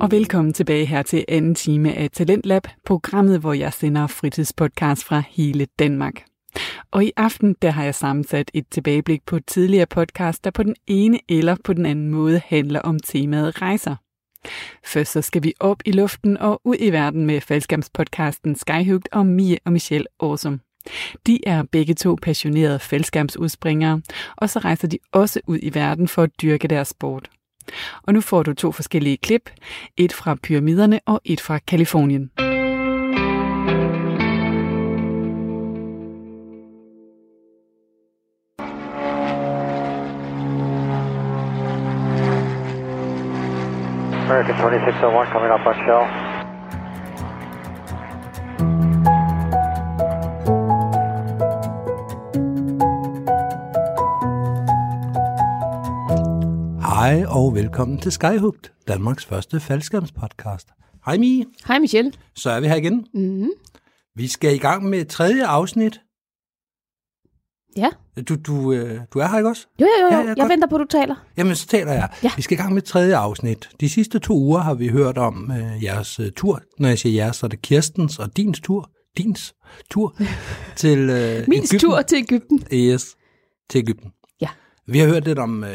og velkommen tilbage her til anden time af Talentlab, programmet, hvor jeg sender fritidspodcast fra hele Danmark. Og i aften, der har jeg sammensat et tilbageblik på tidligere podcast, der på den ene eller på den anden måde handler om temaet rejser. Først så skal vi op i luften og ud i verden med faldskærmspodcasten Skyhugt og Mie og Michelle Awesome. De er begge to passionerede faldskærmsudspringere, og så rejser de også ud i verden for at dyrke deres sport. Og nu får du to forskellige klip, et fra pyramiderne og et fra Kalifornien. American 2601 coming up on shell. Hej og velkommen til Skyhugt, Danmarks første faldskærmspodcast. Hej Mie, Hej Michelle. så er vi her igen. Mm-hmm. Vi skal i gang med tredje afsnit. Ja. Du, du, øh, du er her ikke også? Jo, jo, jo. Ja, jo. ja, jeg godt. venter på, at du taler. Jamen, så taler jeg. Ja. Vi skal i gang med tredje afsnit. De sidste to uger har vi hørt om øh, jeres øh, tur. Når jeg siger jeres, så er det Kirstens og dins tur. Dins tur til øh, Min Egypten. tur til Ægypten. Yes, til Ægypten. Ja. Vi har hørt lidt om øh,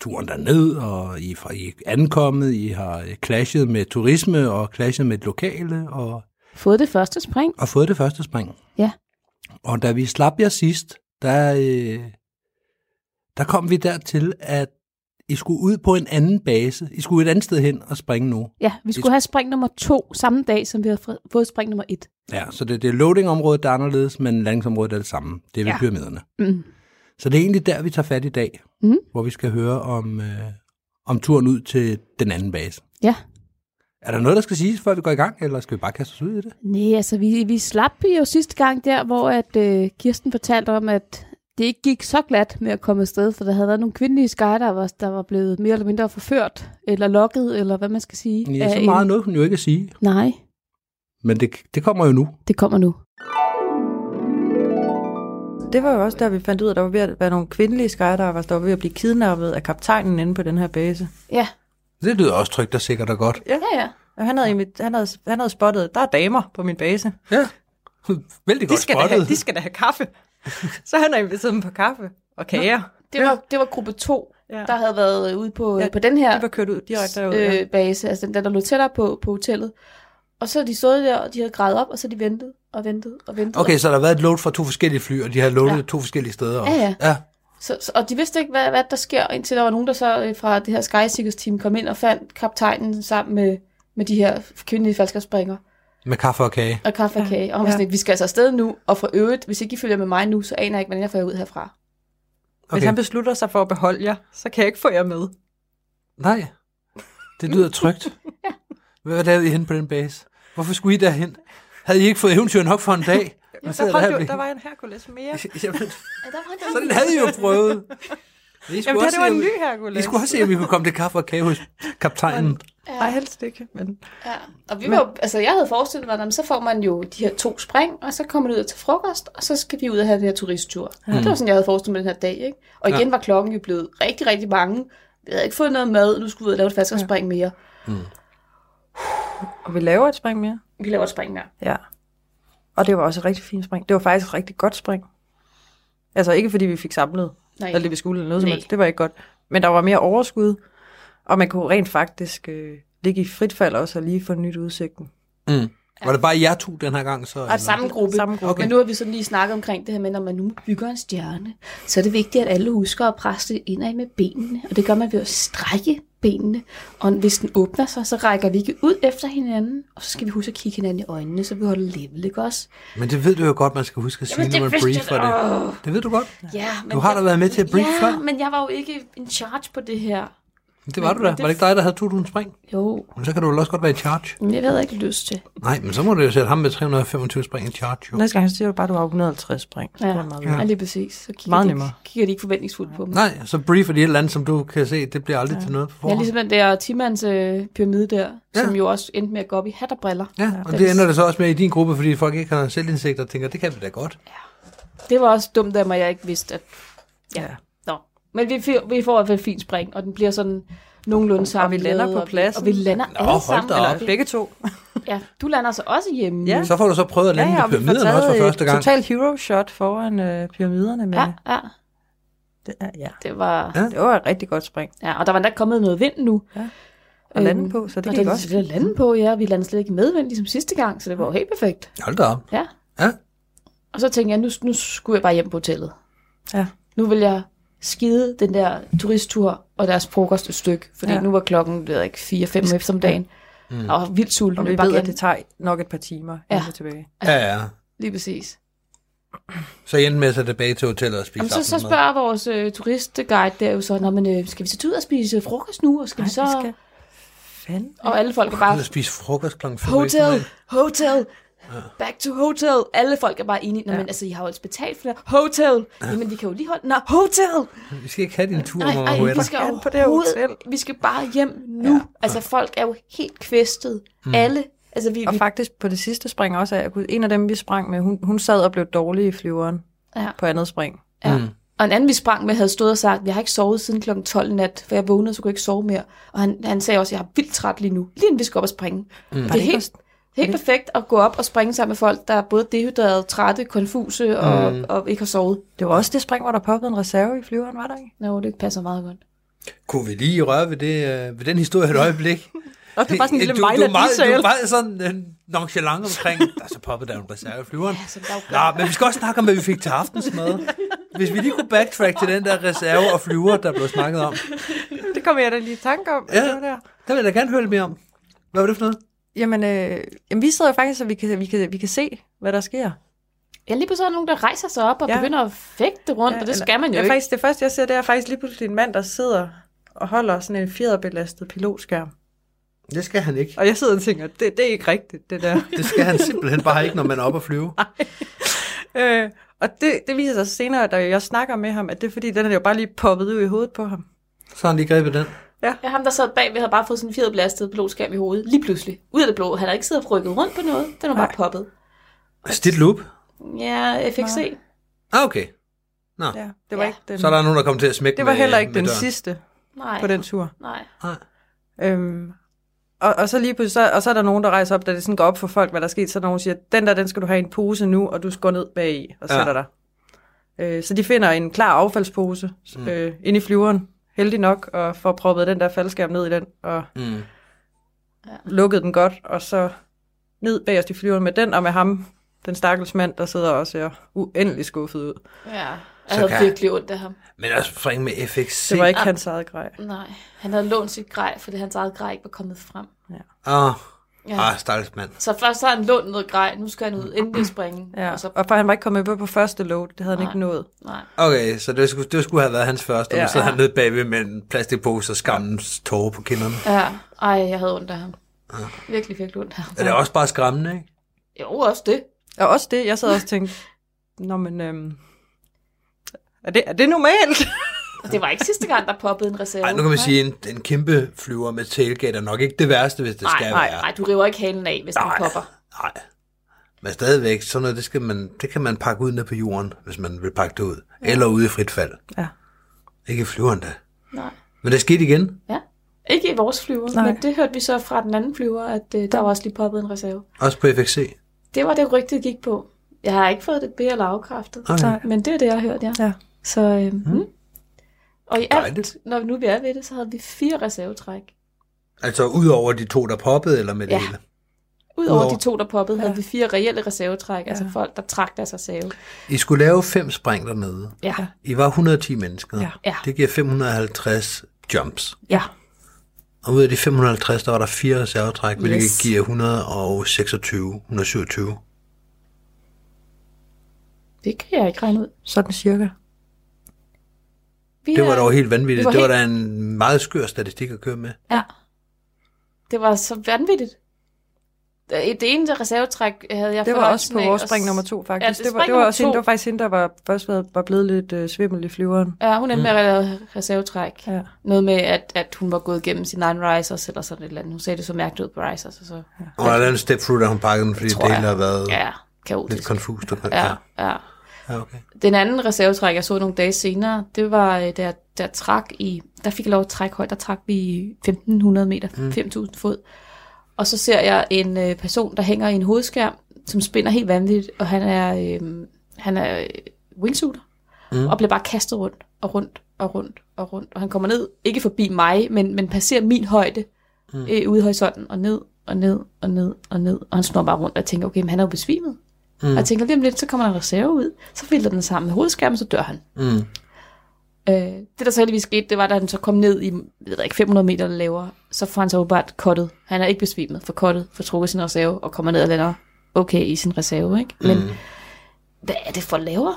turen derned, og I, fra, I er ankommet, I har øh, clashet med turisme og clashet med et lokale, og, Fået det første spring. og fået det første spring. Ja. Og da vi slap jer sidst, der, øh, der kom vi dertil, at I skulle ud på en anden base. I skulle et andet sted hen og springe nu. Ja, vi skulle have spring nummer to samme dag, som vi havde fri- fået spring nummer et. Ja, så det, det er loading-området, der er anderledes, men landingsområdet er det samme. Det er ved ja. Ja. pyramiderne. Mm. Så det er egentlig der, vi tager fat i dag, Mhm. hvor vi skal høre om, øh, om turen ud til den anden base. Ja. Er der noget, der skal siges, før vi går i gang, eller skal vi bare kaste os ud i det? Nej, altså vi, vi slap jo sidste gang der, hvor at, øh, Kirsten fortalte om, at det ikke gik så glat med at komme afsted, for der havde været nogle kvindelige skyer, der var, der var blevet mere eller mindre forført, eller lokket, eller hvad man skal sige. Ja, af så en- meget noget kunne jo ikke at sige, Nej, men det, det kommer jo nu. det kommer nu. Det var jo også der, vi fandt ud af, at der var ved at være nogle kvindelige skydivers, der var ved at blive kidnappet af kaptajnen inde på den her base. Ja, Det lyder også trygt og sikkert og godt. ja, ja. Og han havde, invit- han havde, han havde spottet, der er damer på min base. Ja, vældig De godt skal, da have, spottet. de skal da have kaffe. Så han har inviteret dem på kaffe og kager. Det var, det var gruppe to, Ja. der havde været ude på, Ja, ja, på den her De var kørt ud direkte derud. Øh, øh, base, altså den der, der lå tættere på, på hotellet. Og så de stod der, og de havde grædet op, og så de ventede og ventede og ventede. Okay, så der har været et load fra to forskellige fly, og de har loadet ja. Ja. to forskellige steder. Ja, ja. ja. Så, så, og de vidste ikke, hvad, hvad der sker, indtil der var nogen, der så øh, fra det her Sky Seekers team kom ind og fandt kaptajnen sammen med, med de her kvindelige falskerspringer Med kaffe og kage. og kaffe og Ja, kage. Og han var ja. sådan, lidt, vi skal altså afsted nu, og for øvrigt, hvis ikke I følger med mig nu, så aner jeg ikke, hvordan jeg får jer ud herfra. Hvis han beslutter sig for at beholde jer, så kan jeg ikke få jer med. Nej, det lyder trygt. Hvad lavede I hen på den base? Hvorfor skulle I derhen? Havde I ikke fået eventyr nok for en dag? Man Så sidder holdt og jo, bliver- der var en Hercules mere. Jamen, Ja, der var han Sådan havde I jo prøvet. Men I skulle Jamen, det, også her, det var se, en om- ny Hercules. I skulle også se, om vi kunne komme til kaffe og kage hos kaptajnen. Nej, helst ikke. Men Ja, og vi var, jo- altså jeg havde forestillet mig, at så får man jo de her to spring, og så kommer man ud til frokost, og så skal vi ud og have den her turisttur. Mm. Det var sådan, jeg havde forestillet mig den her dag, ikke? Og igen ja. var klokken jo blevet rigtig, rigtig mange. Vi havde ikke fået noget mad, nu skulle vi ud og lave et fast spring mere. og vi laver et spring mere. Vi laver et spring mere. Ja. Og det var også et rigtig fint spring. Det var faktisk et rigtig godt spring. Altså ikke fordi vi fik samlet Nej. alt det, vi skulle eller noget som Nej. helst. Det var ikke godt. Men der var mere overskud, og man kunne rent faktisk øh, ligge i frit fald også og lige få nyt udsigten. Mm. Var det bare jer to den her gang? Så, Og samme gruppe. Samme gruppe. Okay. Men nu har vi sådan lige snakket omkring det her med, når man nu bygger en stjerne, så er det vigtigt, at alle husker at presse det indad med benene. Og det gør man ved at strække benene. Og hvis den åbner sig, så rækker vi ikke ud efter hinanden, og så skal vi huske at kigge hinanden i øjnene, så vi holder level, ikke også? Men det ved du jo godt, man skal huske at sige, når man briefer det. Oh. Det ved du godt. Ja, men Du har da været med til at brief ja, før. men jeg var jo ikke en charge på det her. Det var du da. Var det ikke dig, der havde 2000 spring? Jo, Men så kan du vel også godt være i charge. men jeg havde ikke lyst til. Nej, men så må du jo sætte ham med 325 spring i charge. Jo. Næste gang så siger du bare, at du har 150 spring. Ja, Det er meget ja. ja. lige præcis. Så kigger, Meget de, nemmere. ikke- kigger de ikke forventningsfuldt på mig. Nej, så briefer de et eller andet, som du kan se, det bliver aldrig til noget på Jeg er forhånd. ligesom den der 10-mands øh, pyramide der, Ja. ja. som jo også endte med at gå op i hat og briller. Ja, og det ender det så også med i din gruppe, fordi folk ikke har selvindsigt og tænker, det kan vi da godt. Det var også dumt af mig, jeg ikke vidste, at... Ja. Nå. Men vi, fi- vi får i hvert fald et fint spring, og den bliver sådan nogenlunde sammen. vi lander på pladsen. Og vi lander Nå, alle hold sammen. da op. Eller begge to. Ja, du lander så også hjemme. Ja. Så får du så prøvet at lande ja, ja, og på vi får pyramiderne også for taget første et gang. Total hero shot foran øh, pyramiderne. Med, ja, ja. det, er- ja. Det var... Ja. det var et rigtig godt spring Ja, og der var endda kommet noget vind nu. at lande Øhm, på, så det og gik den- også. Det lande på, ja. Vi landede slet ikke medvind, ligesom sidste gang, så det var jo helt perfekt. Hold da op. Ja. Ja. Og så tænkte jeg, nu, nu skulle jeg bare hjem på hotellet. Ja. Nu vil jeg skide den der turisttur og deres frokost et stykke, fordi Ja. ja. nu var klokken, ved jeg ikke, 4-5 om eftermiddagen. Mm. Og vildt sulten. Og jeg vi vil bare ved, at gerne- det tager nok et par timer Ja. ja. tilbage. Ja, ja. Lige præcis. Så I endte med at tage tilbage til hotellet og spise Jamen, så, så aftensmad. spørger vores øh, turistguide der jo så, Nå, men, øh, skal vi så tage ud og spise frokost nu? Og, skal Nej, vi vi så... skal... Fanden. og alle folk er bare, Ud og spise frokost klokken fem. hotel, hotel, back to hotel. Alle folk er bare enige, Nå, Ja. men altså, I har jo altså betalt for det. Hotel! Jamen, vi kan jo lige holde... Nå, hotel! Vi skal ikke have din tur, Nej, mamma nej, vi Huetta. skal Gerne på det hotel. overhovedet, vi skal bare hjem nu. Ja. Altså, folk er jo helt kvæstet. Mm. Alle, altså vi... Og vi faktisk på det sidste spring også, at en af dem, vi sprang med, hun, hun sad og blev dårlig i flyveren ja. på andet spring. Ja. Mm. Mm. Og en anden, vi sprang med, havde stået og sagt, jeg har ikke sovet siden kl. 12 i nat, for jeg vågnede, så kunne jeg ikke sove mere. Og han, han sagde også, jeg er vildt træt lige nu, lige inden vi skal op og springe. Mm. Det Var er det ikke helt, helt perfekt at gå op og springe sammen med folk, der er både dehydrerede, trætte, konfuse og, mm. og ikke har sovet. Det var også det spring, hvor der poppede en reserve i flyveren, var der ikke? Nå, det passer meget godt. Kunne vi lige røre ved, det, øh, ved den historie et øjeblik? Øh, Og det var sådan en lille minor du, er meget, du detail. er meget sådan øh, nonchalant omkring, der er så poppet der en reserve i flyveren. Altså, der er jo Nå, men vi skal også snakke om, hvad vi fik til aftensmad. Hvis vi lige kunne backtrack til den der reserve og flyver, der blev snakket om. Det kom jeg da lige i tanke om. at Ja. det var der. Der vil jeg da gerne høre lidt mere om. Hvad var det for noget? Jamen, øh, jamen, vi sidder jo faktisk, så vi kan, vi, kan, vi kan se, hvad der sker. Ja, lige pludselig er der nogen, der rejser sig op og Ja. ja. begynder at fægte rundt, ja, og det eller- skal man jo ja, ikke. Faktisk, det første, jeg ser, det er faktisk lige pludselig en mand, der sidder og holder sådan en fjederbelastet pilotskærm. Det skal han ikke. Og jeg sidder og tænker, det, det er ikke rigtigt, det der. Det skal han simpelthen bare ikke, når man er oppe at flyve. øh, og det, det viser sig senere, da jeg snakker med ham, at det er fordi, den er jo bare lige poppet ud i hovedet på ham. Så har han lige grebet den. Ja, ham der sad bagved havde bare fået sådan en fjerdeblastet blodskab i hovedet, lige pludselig. Ud af det blå. Han havde ikke siddet og rykket rundt på noget, den var bare Nej. poppet. Stit loop. Ja, FXC. Nej. Ah, okay. Ja, det var Ja. ikke den. Så er der nogen, der kommer til at smække det var med, heller ikke med den døren. sidste Nej. på den tur. Nej. Nej. Øhm, og, og, så lige pludselig, så, og så er der nogen, der rejser op, da det sådan går op for folk, hvad der er sket. Så er der nogen, der siger, den der, den skal du have i en pose nu, og du skal gå ned bag i og Ja. sætter dig. Øh, så de finder en klar affaldspose Mm. øh, inde i flyveren, heldig nok, og får proppet den der faldskærm ned i den, og Mm. lukkede den godt, og så ned bagerst i flyveren med den, og med ham, den stakkels mand, der sidder og ser uendelig skuffet ud. Ja. Så Jeg havde kan- virkelig ondt af ham. Men også springe med FXC. Det var ikke hans eget grej. Nej. Han havde lånt sit grej, fordi hans eget grej ikke var kommet frem. Ah, Ja. ah stakkels mand. Så først har han lånt noget grej, nu skal han ud, endelig springe. Ja. Og så, Og for han var ikke kommet med på første load, det havde han Nej. ikke nået. nej. Okay, så det skulle, det skulle have været hans første, og Ja. nu sidder han nede bagved med en plastikpose og skammens tårer på kinderne. Ja. Ej, jeg havde ondt af ham. Ah. Virkelig, virkelig ondt af ham. Det er da også bare skræmmende, ikke? Jo, også det. Og også det, jeg sad også og tænkte, nå men, øhm, er, det, er det normalt? Og det var ikke sidste gang, der poppede en reserve. Ej, nu kan man sige, en, en kæmpe flyver med tailgate er nok ikke det værste, hvis det nej, skal nej, være. nej, du river ikke halen af, hvis den Nej. popper. Nej. Men stadigvæk, sådan noget, det, skal man, det kan man pakke ud ned på jorden, hvis man vil pakke det ud. Eller ude i frit fald. Ja. Ikke i flyveren da. Nej. Men det skete igen. Ja. Ikke i vores flyver, Nej. Nej. men det hørte vi så fra den anden flyver, at øh, der var også lige poppet en reserve. Også på FXC. Det var det rygte, gik på. Jeg har ikke fået det be- eller afkræftet, Okay. Nej. men det er det, jeg har hørt, ja. Ja. Så, øh, mm. Og i Mhm. Dejligt. alt, når nu vi er ved det, så havde vi fire reservetræk. Altså ud over de to, der poppede, eller med det Ja. hele? Udover Udover- de to, der poppede, havde Ja. vi fire reelle reservetræk, altså folk, der trak deres reserve. I skulle lave fem spring dernede. Ja, I var 110 mennesker. Ja. Ja. Det giver 550 jumps. ja, Og ud af de 550, der var der fire reservetræk, hvilket Yes. giver 126, 127. det kan jeg ikke regne ud. Sådan cirka. Vi Det var er- dog helt vanvittigt. Det Det var var, det var da en meget skør statistik at køre med. Ja. Det var så vanvittigt. Det det ene reservetræk øh, havde jeg Det var også fornøjelsen på af vores at- spring nummer to, faktisk. Ja, Ja, det det, er det, var, spring det, var nummer også to. hende, det var faktisk hende, der var, først var, var blevet lidt øh, svimmel i flyveren. Ja, hun Mm. endte med at lave reservetræk. Ja. Noget med, at, at hun var gået igennem sin egen risers eller sådan et eller andet. Hun sagde det så mærkeligt ud på risers, og så Og der er en step through, da hun pakkede den, fordi det, tror hele jeg. har været ja. ja, lidt kaotisk. konfust. Og, Ja, ja. ja, okay. Den anden reservetræk, jeg så nogle dage senere, det var, øh, da jeg, da jeg trak i der fik jeg lov at trække højt, der trak vi 1500 meter, mm. 5000 fod. Og så ser jeg en øh, person, der hænger i en hovedskærm, som spænder helt vanvittigt, og han er, øh, han er øh, wingsuiter, mm. og bliver bare kastet rundt, og rundt, og rundt, og rundt. Og han kommer ned, ikke forbi mig, men, men passerer min højde, mm. øh, ude i horisonten, og ned, og ned, og ned, og ned. Og han snor bare rundt, og jeg tænker, okay, men han er jo besvimet. Mm. Og jeg tænker, lige om lidt, så kommer der en reserve ud, så filter den sammen med hovedskærmen, så dør han. Mm. Øh, det, der så heldigvis skete, det var, da han så kom ned i jeg ved jeg ikke, 500 meter eller lavere, så får han så åbenbart kottet. Han er ikke besvimet for kottet, for trukket sin reserve, og kommer ned og lander okay i sin reserve. Ikke? Men mm. hvad er det for lavere?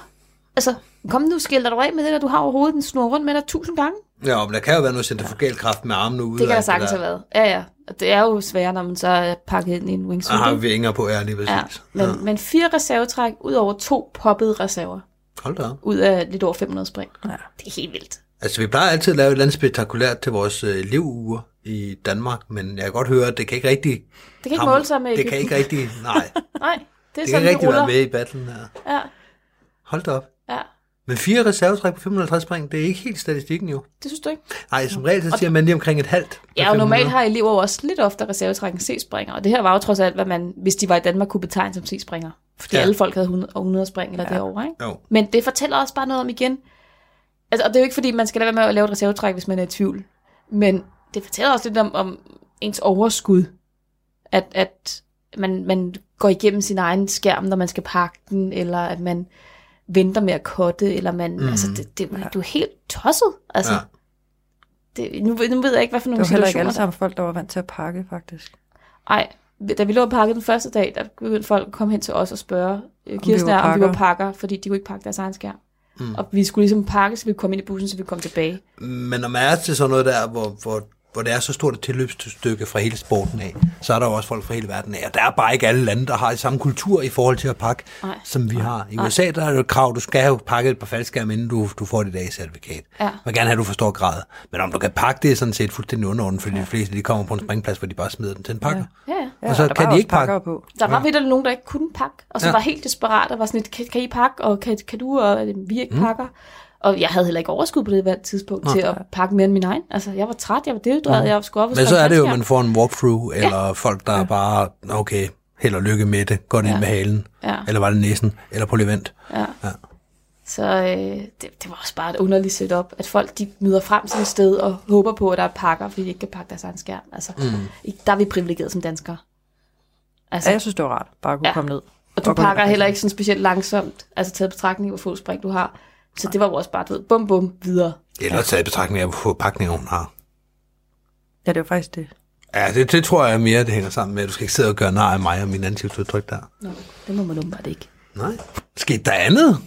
Altså, kom nu, skilder dig af med det der, du har overhovedet, den snor rundt med dig tusind gange. Ja, men der kan jo være noget centrifugal kraft med armene ude. Det kan og der alt sagtens have der. været. Ja, ja. Og det er jo sværere, når man så er pakket ind i en wingsuit. Og har ikke? vinger på, ja, lige ja. præcis. Men, ja. men fire reservetræk, ud over to poppede reserver, Hold da op. ud af lidt over 500 spring. Ja. Det er helt vildt. Altså, vi plejer altid at lave et eller andet spektakulært til vores øh, levuger i Danmark, men jeg kan godt høre, at det kan ikke rigtig... Det kan ikke måle sig Det med kan Egypten. ikke rigtig... Nej, det, Nej, det er det kan sådan, ikke rigtig ruller. være med i battlen her. Ja, Hold da op. ja. Men fire reservetræk på 550 spring, det er ikke helt statistikken jo. Det synes du ikke? Nej, som regel så siger man lige omkring et halvt. på Ja, og 500. normalt har elever jo også lidt oftere reservetrækken C-springer, og det her var jo trods alt, hvad man, hvis de var i Danmark, kunne betegne som C-springer. Fordi Ja. ja. alle folk havde 100, og 100 spring eller ja. derovre, ikke? Jo. Men det fortæller også bare noget om igen. Altså, og det er jo ikke, fordi man skal lade være med at lave et reservetræk, hvis man er i tvivl. Men det fortæller også lidt om, om ens overskud. At, at man, man går igennem sin egen skærm, når man skal pakke den, eller at man venter med at kotte, eller man... Mm. Altså, det, det, du er helt tosset. Altså, Ja. ja. det, nu, ved- nu ved jeg ikke, hvad for Det nogle var heller ikke situationer... alle sammen folk, der var vant til at pakke, faktisk. Nej, da vi lå og pakkede den første dag, der begyndte folk at komme hen til os og spørge øh, vi Kirsten var og jeg, om vi var pakker. pakker, fordi de kunne ikke pakke deres egen skærm. Mm. Og vi skulle ligesom pakke, så vi kunne komme ind i bussen, så vi kom tilbage. Men når man er til sådan noget der, hvor, hvor, hvor det er så stort et tilløbsstykke fra hele sporten af, så er der jo også folk fra hele verden af. Og der er bare ikke alle lande, der har samme kultur i forhold til at pakke, Nej. som vi har. I USA der er det jo et krav, du skal jo pakke et par faldskærm, inden du, du får dit A-certifikat. Ja. Man vil gerne have, at du forstår gradet. Men om du kan pakke det, er sådan set fuldstændig underordnet, fordi ja. de fleste de kommer på en springplads, hvor de bare smider den til en pakker. Ja, ja. Og så der kan var de også ikke pakke. pakkere på. Der var vidt nogen, der ikke kunne pakke, og som Ja. ja. var helt desperat og var sådan lidt, kan, kan I pakke, og kan, kan du, og øh, vi ikke mm. pakker. Og jeg havde heller ikke overskud på det hvert tidspunkt til at pakke mere end min egen. Altså, jeg var træt, jeg var dehydreret, mm. jeg skulle op og Men så springe er det jo, at faldskærm. man får en walkthrough, eller folk, der ja. bare, okay, held og lykke med det, går det ja. ind med halen, Ja. eller var det næsen, eller på levent. Så øh, det, det var også bare et underligt setup, at folk de møder frem til et sted og håber på, at der er pakker, fordi de ikke kan pakke deres egen skærm. Altså, mm. der er vi privilegeret som danskere. Altså, Ja, jeg synes, det var rart bare at kunne Ja. ja. komme ned. og du og gå pakker ind og- heller ikke sådan specielt langsomt, altså taget i betragtning, hvor få spring du har. Så det var jo også bare, du ved, bum bum, videre. Eller taget i betragtning af, hvor pakninger hun har. Ja, det var faktisk det. Ja, det, det tror jeg mere, det hænger sammen med, at du skal ikke sidde og gøre nar af mig og min ansigtsudtryk der. Nå, det må man åbenbart ikke. Nej. Skete der andet?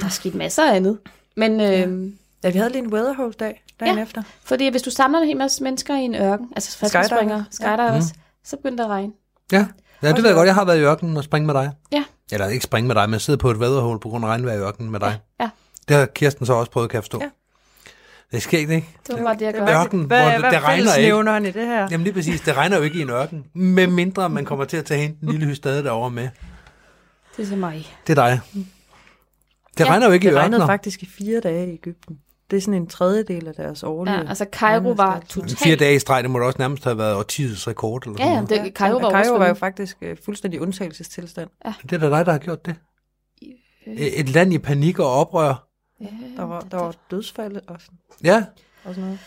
Der er sket masser af andet. Men øh, Ja, vi havde lige en weatherhole-dag dagen Ja. ja. efter. fordi hvis du samler en hel masse mennesker i en ørken, altså faldskærmsspringere, skydivers, ja. Mm. så begynder det at regne. Ja. Ja, det ved jeg godt. Jeg har været i ørkenen og springe med dig. Ja, Eller ikke springe med dig, men sidde på et vaderhul på grund af regnvejr i ørkenen med dig. ja. Det har Kirsten så også prøvet, kan jeg forstå. Ja. Det sker ikke? Det var bare det, jeg gør. var- Ørken, hvor det- det regner ikke. fællesnævneren i det her? Jamen lige præcis, det regner jo ikke i en ørken. Med mindre man kommer til at tage hende den lille hystade derovre med. Det er så mig. Det er dig. Det Ja, regner jo ikke Det i regnede ørkener. faktisk i fire dage i Ægypten. Det er sådan en tredjedel af deres årlige. Ja, altså Cairo var regnefestival. totalt... Altså, Fire dage i streg, det må da også nærmest have været årtidets rekord. Eller Ja, sådan ja, noget. det, Cairo var, Cairo også altså, var jo faktisk øh, fuldstændig undtagelsestilstand. Det er da dig, der har gjort det. øh, Et et land i panik og oprør. Der var, der var dødsfald og sådan, Ja, og sådan noget.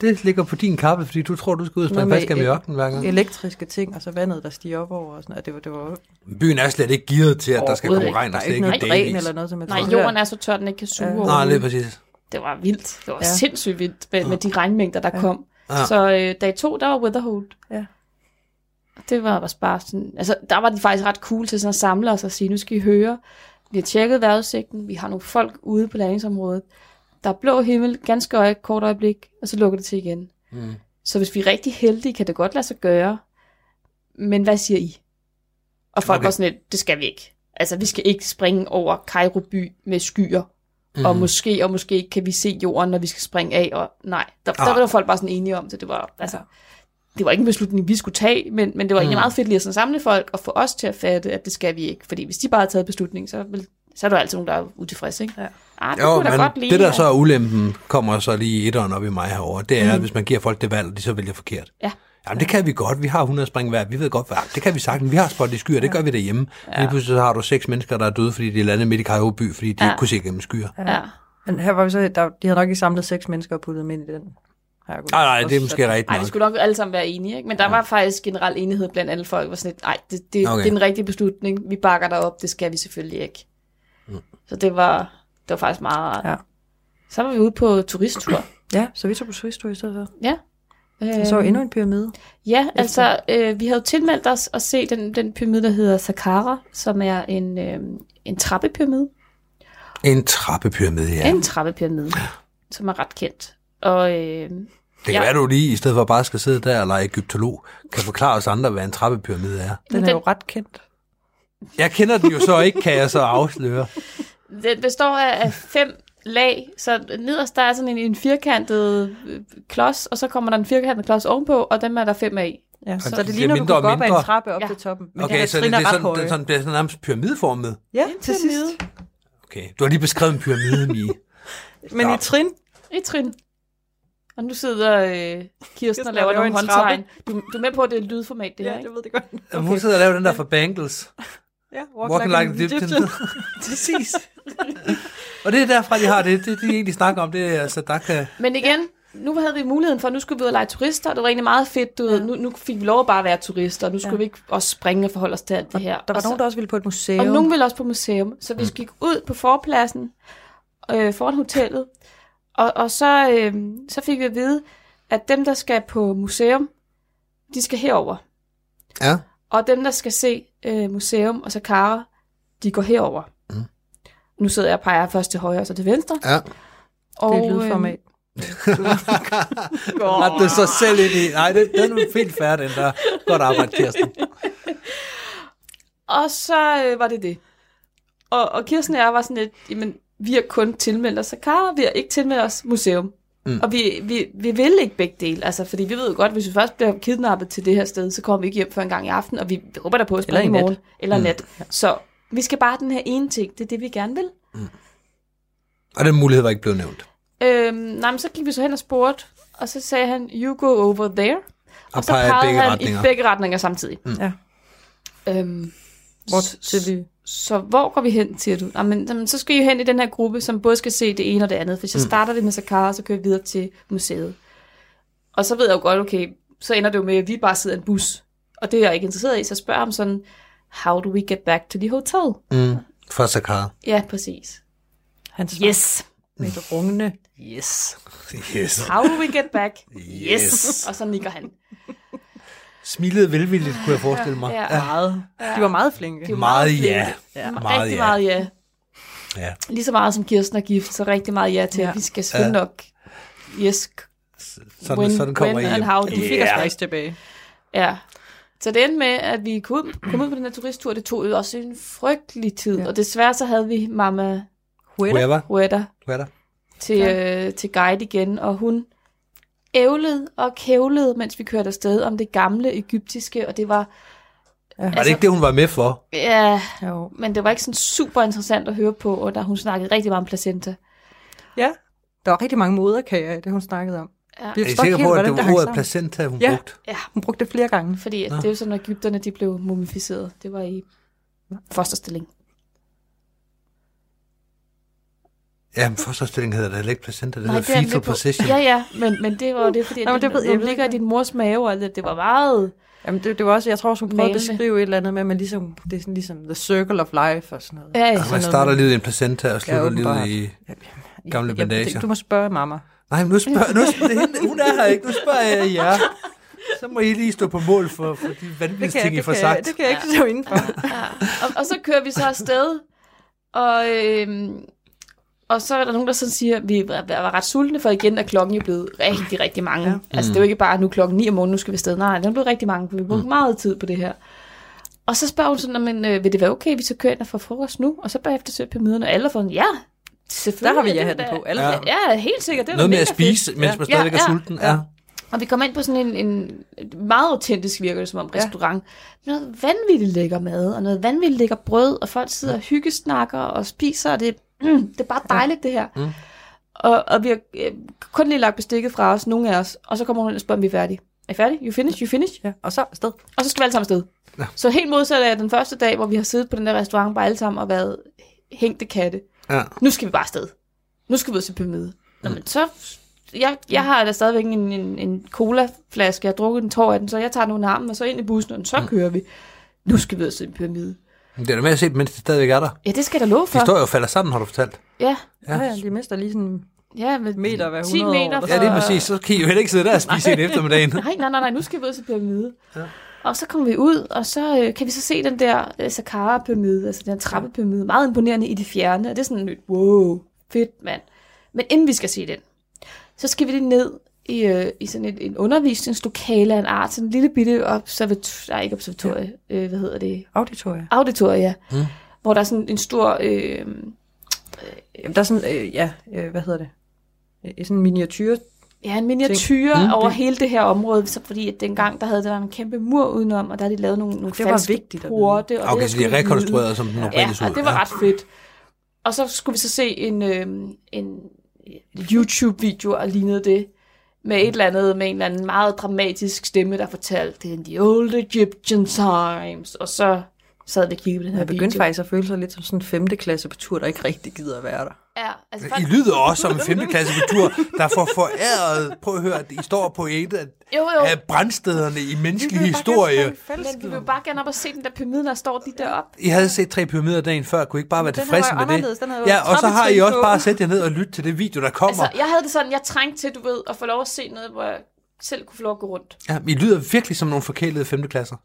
det ligger på din kappe, fordi du tror, du skal ud og springe Noget med fast gennem el- ørkenen hver gang. Elektriske ting, og så vandet, der stiger op over. Og sådan, noget. det var, det var Byen er slet ikke gearet til, at der skal overhovedet komme ikke- regn der og er slet ikke noget ikke dræn dagligt. eller noget, som jeg Nej, jorden er så tør, den ikke kan suge Nej, over. Nej, lige præcis. det var vildt. Det var Ja. ja. sindssygt vildt med, med de regnmængder, der ja. kom. Ja. Ja. Så øh, dag to, der var Weatherhold. Ja. Det var også bare sådan... Altså, der var de faktisk ret cool til sådan at samle os og sige, nu skal I høre, vi har tjekket vejrudsigten, vi har nogle folk ude på landingsområdet. Der er blå himmel, ganske øje, kort øjeblik, og så lukker det til igen. Mm. Så hvis vi er rigtig heldige, kan det godt lade sig gøre. Men hvad siger I? Og folk Okay. okay. var sådan lidt, det skal vi ikke. Altså, vi skal ikke springe over Kairo by med skyer. Mm. Mhm. Og måske og måske ikke kan vi se jorden, når vi skal springe af. Og nej, der, der Ah. var folk bare sådan enige om det. Det var, altså, det var ikke en beslutning, vi skulle tage, men, men det var egentlig Mhm. meget fedt lige at sådan samle folk og få os til at fatte, at det skal vi ikke. Fordi hvis de bare havde taget beslutningen, så, vil, så er der jo altid nogen, der er utilfredse. Ikke? Ja. Ah, det jo, Jo, kunne da godt men lide. det der så at- er ulempen, kommer så lige etteren op i mig herover. det er, mm. at hvis man giver folk det valg, og de så vælger forkert. Ja. Jamen det kan vi godt, vi har 100 spring hver, vi ved godt, hvad det kan vi sagtens, vi har spot i skyer, det gør vi derhjemme. Ja. Lige pludselig så har du seks mennesker, der er døde, fordi de landede midt i Kajov by, fordi de ja. Ja. ikke kunne se gennem skyer. Ja. Men her var vi så, der, de havde nok ikke samlet seks mennesker og puttet dem ind i den. Nej, Nej, nej, det er måske rigtigt Ej, vi nok. skulle nok alle sammen være enige, ikke? Men der var faktisk generel enighed blandt alle folk. Var sådan lidt, Ej, det, det, Okay. okay. det er den rigtige beslutning. Vi bakker dig op. Det skal vi selvfølgelig ikke. Mm. Så det var, det var faktisk meget... Ja. Så var vi ude på turisttur. Ja, så vi tog på Swiss i stedet for. ja. Øhm, Jeg så endnu en pyramide. Ja, altså, øh, vi havde jo tilmeldt os at se den, den pyramide, der hedder Saqqara, som er en, øh, en trappepyramide. En trappepyramide, ja. Ja. En trappepyramide, som er ret kendt. Og øh, Det kan Ja. være, du lige, i stedet for bare skal sidde der og lege egyptolog, kan forklare os andre, hvad en trappepyramide er. Den, Men er den- jo ret kendt. Jeg kender den jo så ikke, kan jeg så afsløre. den består af, af fem lag, så nederst der er sådan en, en firkantet øh, klods, og så kommer der en firkantet klods ovenpå, og dem er der fem af. Ja, så så, det det bliver ligner, du mindre kunne og gå op ad mindre. en trappe op Ja. til toppen. Men Okay, den så det, det er ret sådan, høje. den sådan, det er sådan nærmest pyramideformet. Ja, til pyramide. sidst. Okay, du har lige beskrevet en pyramide, Mie. Men Ja. i trin, I trin. Og nu sidder øh, Kirsten og laver laver nogle en håndtegn. Du, du er med på, at det er et lydformat, det her, ja, ikke? det ved det godt. Okay. Hun sidder og laver den der for Bangles. Ja, Walking like, like Egyptian. Præcis. og det er derfra, de har det. Det, de egentlig snakker om, det er altså, Sadaka. Men igen, nu havde vi muligheden for, at nu skulle vi ud og lege turister, og det var egentlig meget fedt, du ja. ved, nu, nu fik vi lov at bare være turister, og nu skulle Ja. ja. vi ikke også springe og forholde os til alt det her. Der var og så, nogen, der også ville på et museum. Mm. Og nogen ville også på museum, så vi gik ud på forpladsen øh, foran hotellet, og, og så, øh, så fik vi at vide, at dem, der skal på museum, de skal herover. Ja. Og dem, der skal se øh, museum og Sakara, de går herover. Mm. Nu sidder jeg og peger først til højre og så til venstre. Ja. Og, øh, Det er et lydformat. Ret det så selv ind i. Nej, det, den er fint færdig, den der. Godt arbejde, Kirsten. Og så øh, var det det. Og, og Kirsten og jeg var sådan lidt, jamen, vi har kun tilmeldt os Sakara, vi har ikke tilmeldt os museum. Mm. Og vi, vi, vi vil ikke begge dele, altså, fordi vi ved jo godt, hvis vi først bliver kidnappet til det her sted, så kommer vi ikke hjem før en gang i aften, og vi, vi håber der på at Eller springe i i nat. morgen. Eller mm. nat. Så vi skal bare den her ene ting, det er det, vi gerne vil. Og den mulighed var ikke blevet nævnt. Øhm, nej, men så gik vi så hen og spurgte, og så sagde han, you go over there. Og, Og så pegede i pegede begge han retninger. i begge retninger samtidig. Mm. Ja. Øhm, Hvor til vi... så hvor går vi hen, siger du? Jamen, jamen, så skal I jo hen i den her gruppe, som både skal se det ene og det andet. For Mm. så starter vi med Sakara, så kører vi videre til museet. Og så ved jeg jo godt, okay, så ender det jo med, at vi bare sidder i en bus. Og det er jeg ikke interesseret i, så spørger jeg ham sådan, how do we get back to the hotel? Mm. Fra Sakara. Ja, præcis. Hans Yes. med et rungende. Yes. Yes. How do we get back? Yes. Og så nikker han. Smilede velvilligt, kunne jeg forestille mig. Ja. Meget. De var meget flinke. Det var Meget flink. ja. Ja. Meget Rigtig ja. meget ja. Ja. Lige så meget som Kirsten er gift, så rigtig meget ja til, Ja. at vi skal selvfølgelig Ja. nok yes, Sådan, sådan kommer when I and hjem. how do Vi we fik os Ja. faktisk tilbage. Ja. Så det endte med, at vi kom ud, kom ud på den her turisttur. Det tog jo også en frygtelig tid. Ja. Ja. Og desværre så havde vi mamma Huetta. Whoever. Huerta Whoever. til, ja. øh, til guide igen. Og hun ævlede og kævlede, mens vi kørte afsted om det gamle egyptiske. Og det var... Var det ikke det, hun var med for? Ja, Jo. men det var ikke sådan super interessant at høre på, og der hun snakkede rigtig meget om placenta. Ja. Der var rigtig mange moderkager i det, hun snakkede om. Ja. Vi Er I forstår sikker ikke på, helt, at det hvordan var hang ordet sammen. placenta, hun Ja. brugte? ja. Hun brugte det flere gange. Fordi at Nå. det er jo sådan, at Ægypterne de blev mumificeret. Det var i fosterstilling. Jamen, forsvarstilling hedder det heller ikke placenta, det Nej, hedder det er jeg fetal med på. position. Ja, ja, men, men det var jo det, fordi Nå, men Nå, det, det ved jeg det ikke. ligger i din mors mave, og det, det var meget... Jamen, det, det var også, jeg tror også, hun prøvede at Malende. beskrive et eller andet med, at man ligesom, det er sådan ligesom the circle of life og sådan noget. Ja, ja. Og man starter livet i en placenta og slutter livet åbenbart. i... Jamen, Gamle jeg- bandager. det- Du må spørge mamma. Nej, men nu spørger, nu spørger hende, hun er her ikke, nu spørger jeg jer. Så må I lige stå på mål for, for de vanvittige ting, I det, får kan, sagt. det kan jeg ikke stå indenfor. Og, og så kører vi så afsted, og, øhm, og så er der nogen, der sådan siger, at vi var, var ret sultne, for igen er klokken jo blevet rigtig, rigtig mange. Ja. Altså, det er jo ikke bare nu er klokken 9 om morgenen, nu skal vi afsted. Nej, den er blevet rigtig mange, for vi brugte mm. meget tid på det her. Og så spørger hun sådan, men øh, vil det være okay, hvis vi kører ind og får frokost nu? Og så bagefter søger pyramiden, og alle får sådan, ja, selvfølgelig. Der har vi det er ja-hatten da- på, alle. Ja, ja, helt sikkert. Det er da Noget med mega at spise, fedt. mens man stadigvæk er Ja, ja. sulten. Ja. Og vi kommer ind på sådan en, en et meget autentisk virker det som om restaurant. Ja. Noget vanvittigt lækker mad, og noget vanvittigt lækker brød, og folk sidder og hyggesnakker og spiser, og det er mm, det er bare dejligt det her. Mm. Og, og vi har øh, kun lige lagt bestikket fra os, nogle af os, og så kommer hun ind og spørger, om vi er færdige. Er I færdige? You finish? You finish? Ja, og så afsted. Og så skal vi alle sammen afsted. Ja. Ja. Så helt modsat af den første dag, hvor vi har siddet på den der restaurant bare alle sammen og været hængte katte. Ja. Nu skal vi bare afsted. Nu skal vi ud til pyramide. Nå, men så... Jeg, jeg har da stadigvæk en, en, en colaflaske, jeg har drukket en tår af den, så jeg tager den under armen, og så ind i bussen, og så kører vi. Nu skal vi ud til en pyramide. Men Det er da med at se, dem, mens de stadigvæk er der. Ja, det skal jeg da love De for. står jo og falder sammen, har du fortalt. Ja, Ja, ja, de mister lige sådan en ja, men meter hver 10 100 år. meter eller Ja, sådan fra- lige præcis. Så kan I jo heller ikke sidde der og spise en eftermiddagen. Nej, nej, nej, nej, nu skal vi ud til pyramide. Ja. Og så kommer vi ud, og så øh, kan vi så se den der øh, Saqqara-pyramide, altså den her trappepyramide, meget imponerende i det fjerne, og det er sådan lidt, wow, fedt mand. Men inden vi skal se den, så skal vi lige ned i, øh, i sådan et, en undervisningslokale af en art, sådan en lille bitte observator, nej ikke observatorie, ja. øh, hvad hedder det, Auditorie. auditorie, ja. Mm. hvor der er sådan en stor, øh, Jamen, der er sådan, øh, ja, øh, hvad hedder det? Øh, sådan en miniatyr. Ja, en miniatyre mm, over hele det her område, så fordi at dengang der havde der en kæmpe mur udenom, og der havde de lavet nogle, nogle Det var falske vigtigt at vide. porte. Og Okay, det så der de skulle er vi rekonstrueret, som den vide. oprindeligt så Ja, ud. og det var ret fedt. Og så skulle vi så se en, øh, en YouTube-video, og lignede det, med et eller andet, med en eller anden meget dramatisk stemme, der fortalte, det er in the old Egyptian times, og så sad vi og kiggede på den her Jeg begyndte video. faktisk at føle sig lidt som sådan en femte klasse på tur, der ikke rigtig gider at være der. Ja, altså I lyder også som en 5. klasse på tur, der får foræret, prøv at høre, at I står på et af, Jo, jo. af brændstederne i menneskelig historie. Men vi vil jo bare gerne op og se den der pyramide, der står lige deroppe. I havde set tre pyramider dagen før, kunne I ikke bare være den her tilfredse var jo med anderledes, det? den havde jo ja, og så har I trappetrin også på. bare sat jer ned og lyttet til det video, der kommer. Altså, jeg havde det sådan, jeg trængte til, du ved, at få lov at se noget, hvor jeg selv kunne få lov at gå rundt. Ja, I lyder virkelig som nogle forkælede 5. klasser.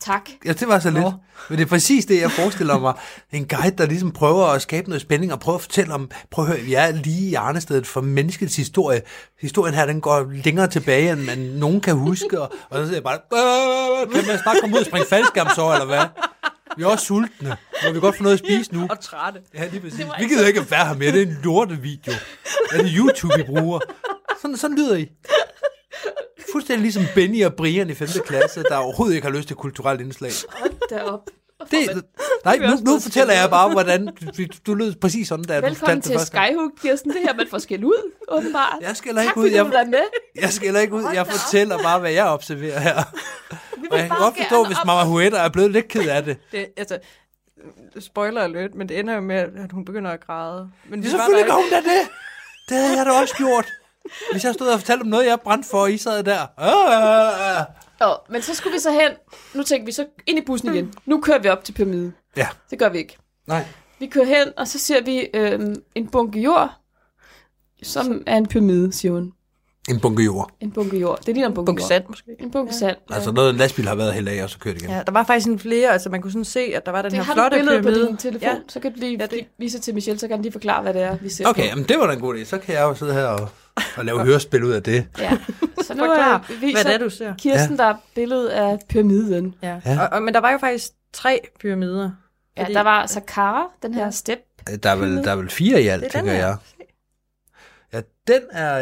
Tak. Ja, det var så lidt. Men det er præcis det, jeg forestiller mig. En guide, der ligesom prøver at skabe noget spænding og prøver at fortælle om, prøv at høre, vi er lige i arnestedet for menneskets historie. Historien her, den går længere tilbage, end man nogen kan huske. Og, og så sidder jeg bare, "Øh, kan man snart komme ud og springe faldskærmsår, eller hvad? Vi er også sultne. Må vi godt få noget at spise nu? Og trætte. Ja, lige præcis. var altså- Vi ikke gider ikke at være her mere. Det er en lortevideo. Er det YouTube, I bruger? Sådan, sådan lyder I. Fuldstændig ligesom Benny og Brian i 5. klasse, der overhovedet ikke har lyst til kulturelt indslag. Hold da op. Det, nej, nu, også nu blevet fortæller jeg bare, hvordan du, du lød præcis sådan, da du Velkommen fortalte til det første gang. Skyhook, Kirsten. Det her, man får skæld ud, åbenbart. Jeg skælder tak, ikke ud. fordi du vil Jeg, være med. jeg skælder ikke ud. Jeg fortæller bare, hvad jeg observerer her. Vi Og vil jeg kan bare godt forstå, gerne hvis op. Mama Huetta er blevet lidt ked af det. Det, altså, spoiler alert, men det ender jo med, at hun begynder at græde. Men Ja, vi var selvfølgelig der gør ikke. hun da det. Det havde jeg da også gjort. Hvis jeg stod og fortalte om noget, jeg brændte for, og I sad der. Ah. Nå, men så skulle vi så hen. Nu tænkte vi så ind i bussen igen. Nu kører vi op til pyramiden. Ja, Det gør vi ikke. nej. Vi kører hen, og så ser vi øhm, en bunke jord, som er en pyramide, siger hun. En bunke jord. En bunke jord. Det ligner en bunke, Bunke jord. sand, måske. En bunke sand. Altså noget, en lastbil har været helt af, og så kørt igen. Ja, der var faktisk en flere, altså man kunne sådan se, at der var den Det her har du flotte billede på pyramide. din telefon, ja. så kan du lige ja, Ja, det. det- vise til Michelle, så kan han lige forklare, hvad det er, vi ser Okay, på. jamen, det var da en god idé. Så kan jeg jo sidde her og, og lave hørespil ud af det. Ja. Så nu Forklar, øh, hvad viser det er, du ser. Kirsten, der er billedet af pyramiden. Ja. Ja. ja. Og, og, men der var jo faktisk tre pyramider. Ja, Fordi- der var Saqqara, den her Ja. step. Der er vel, der er vel fire i alt, Det er den tænker her. jeg. Ja, den er...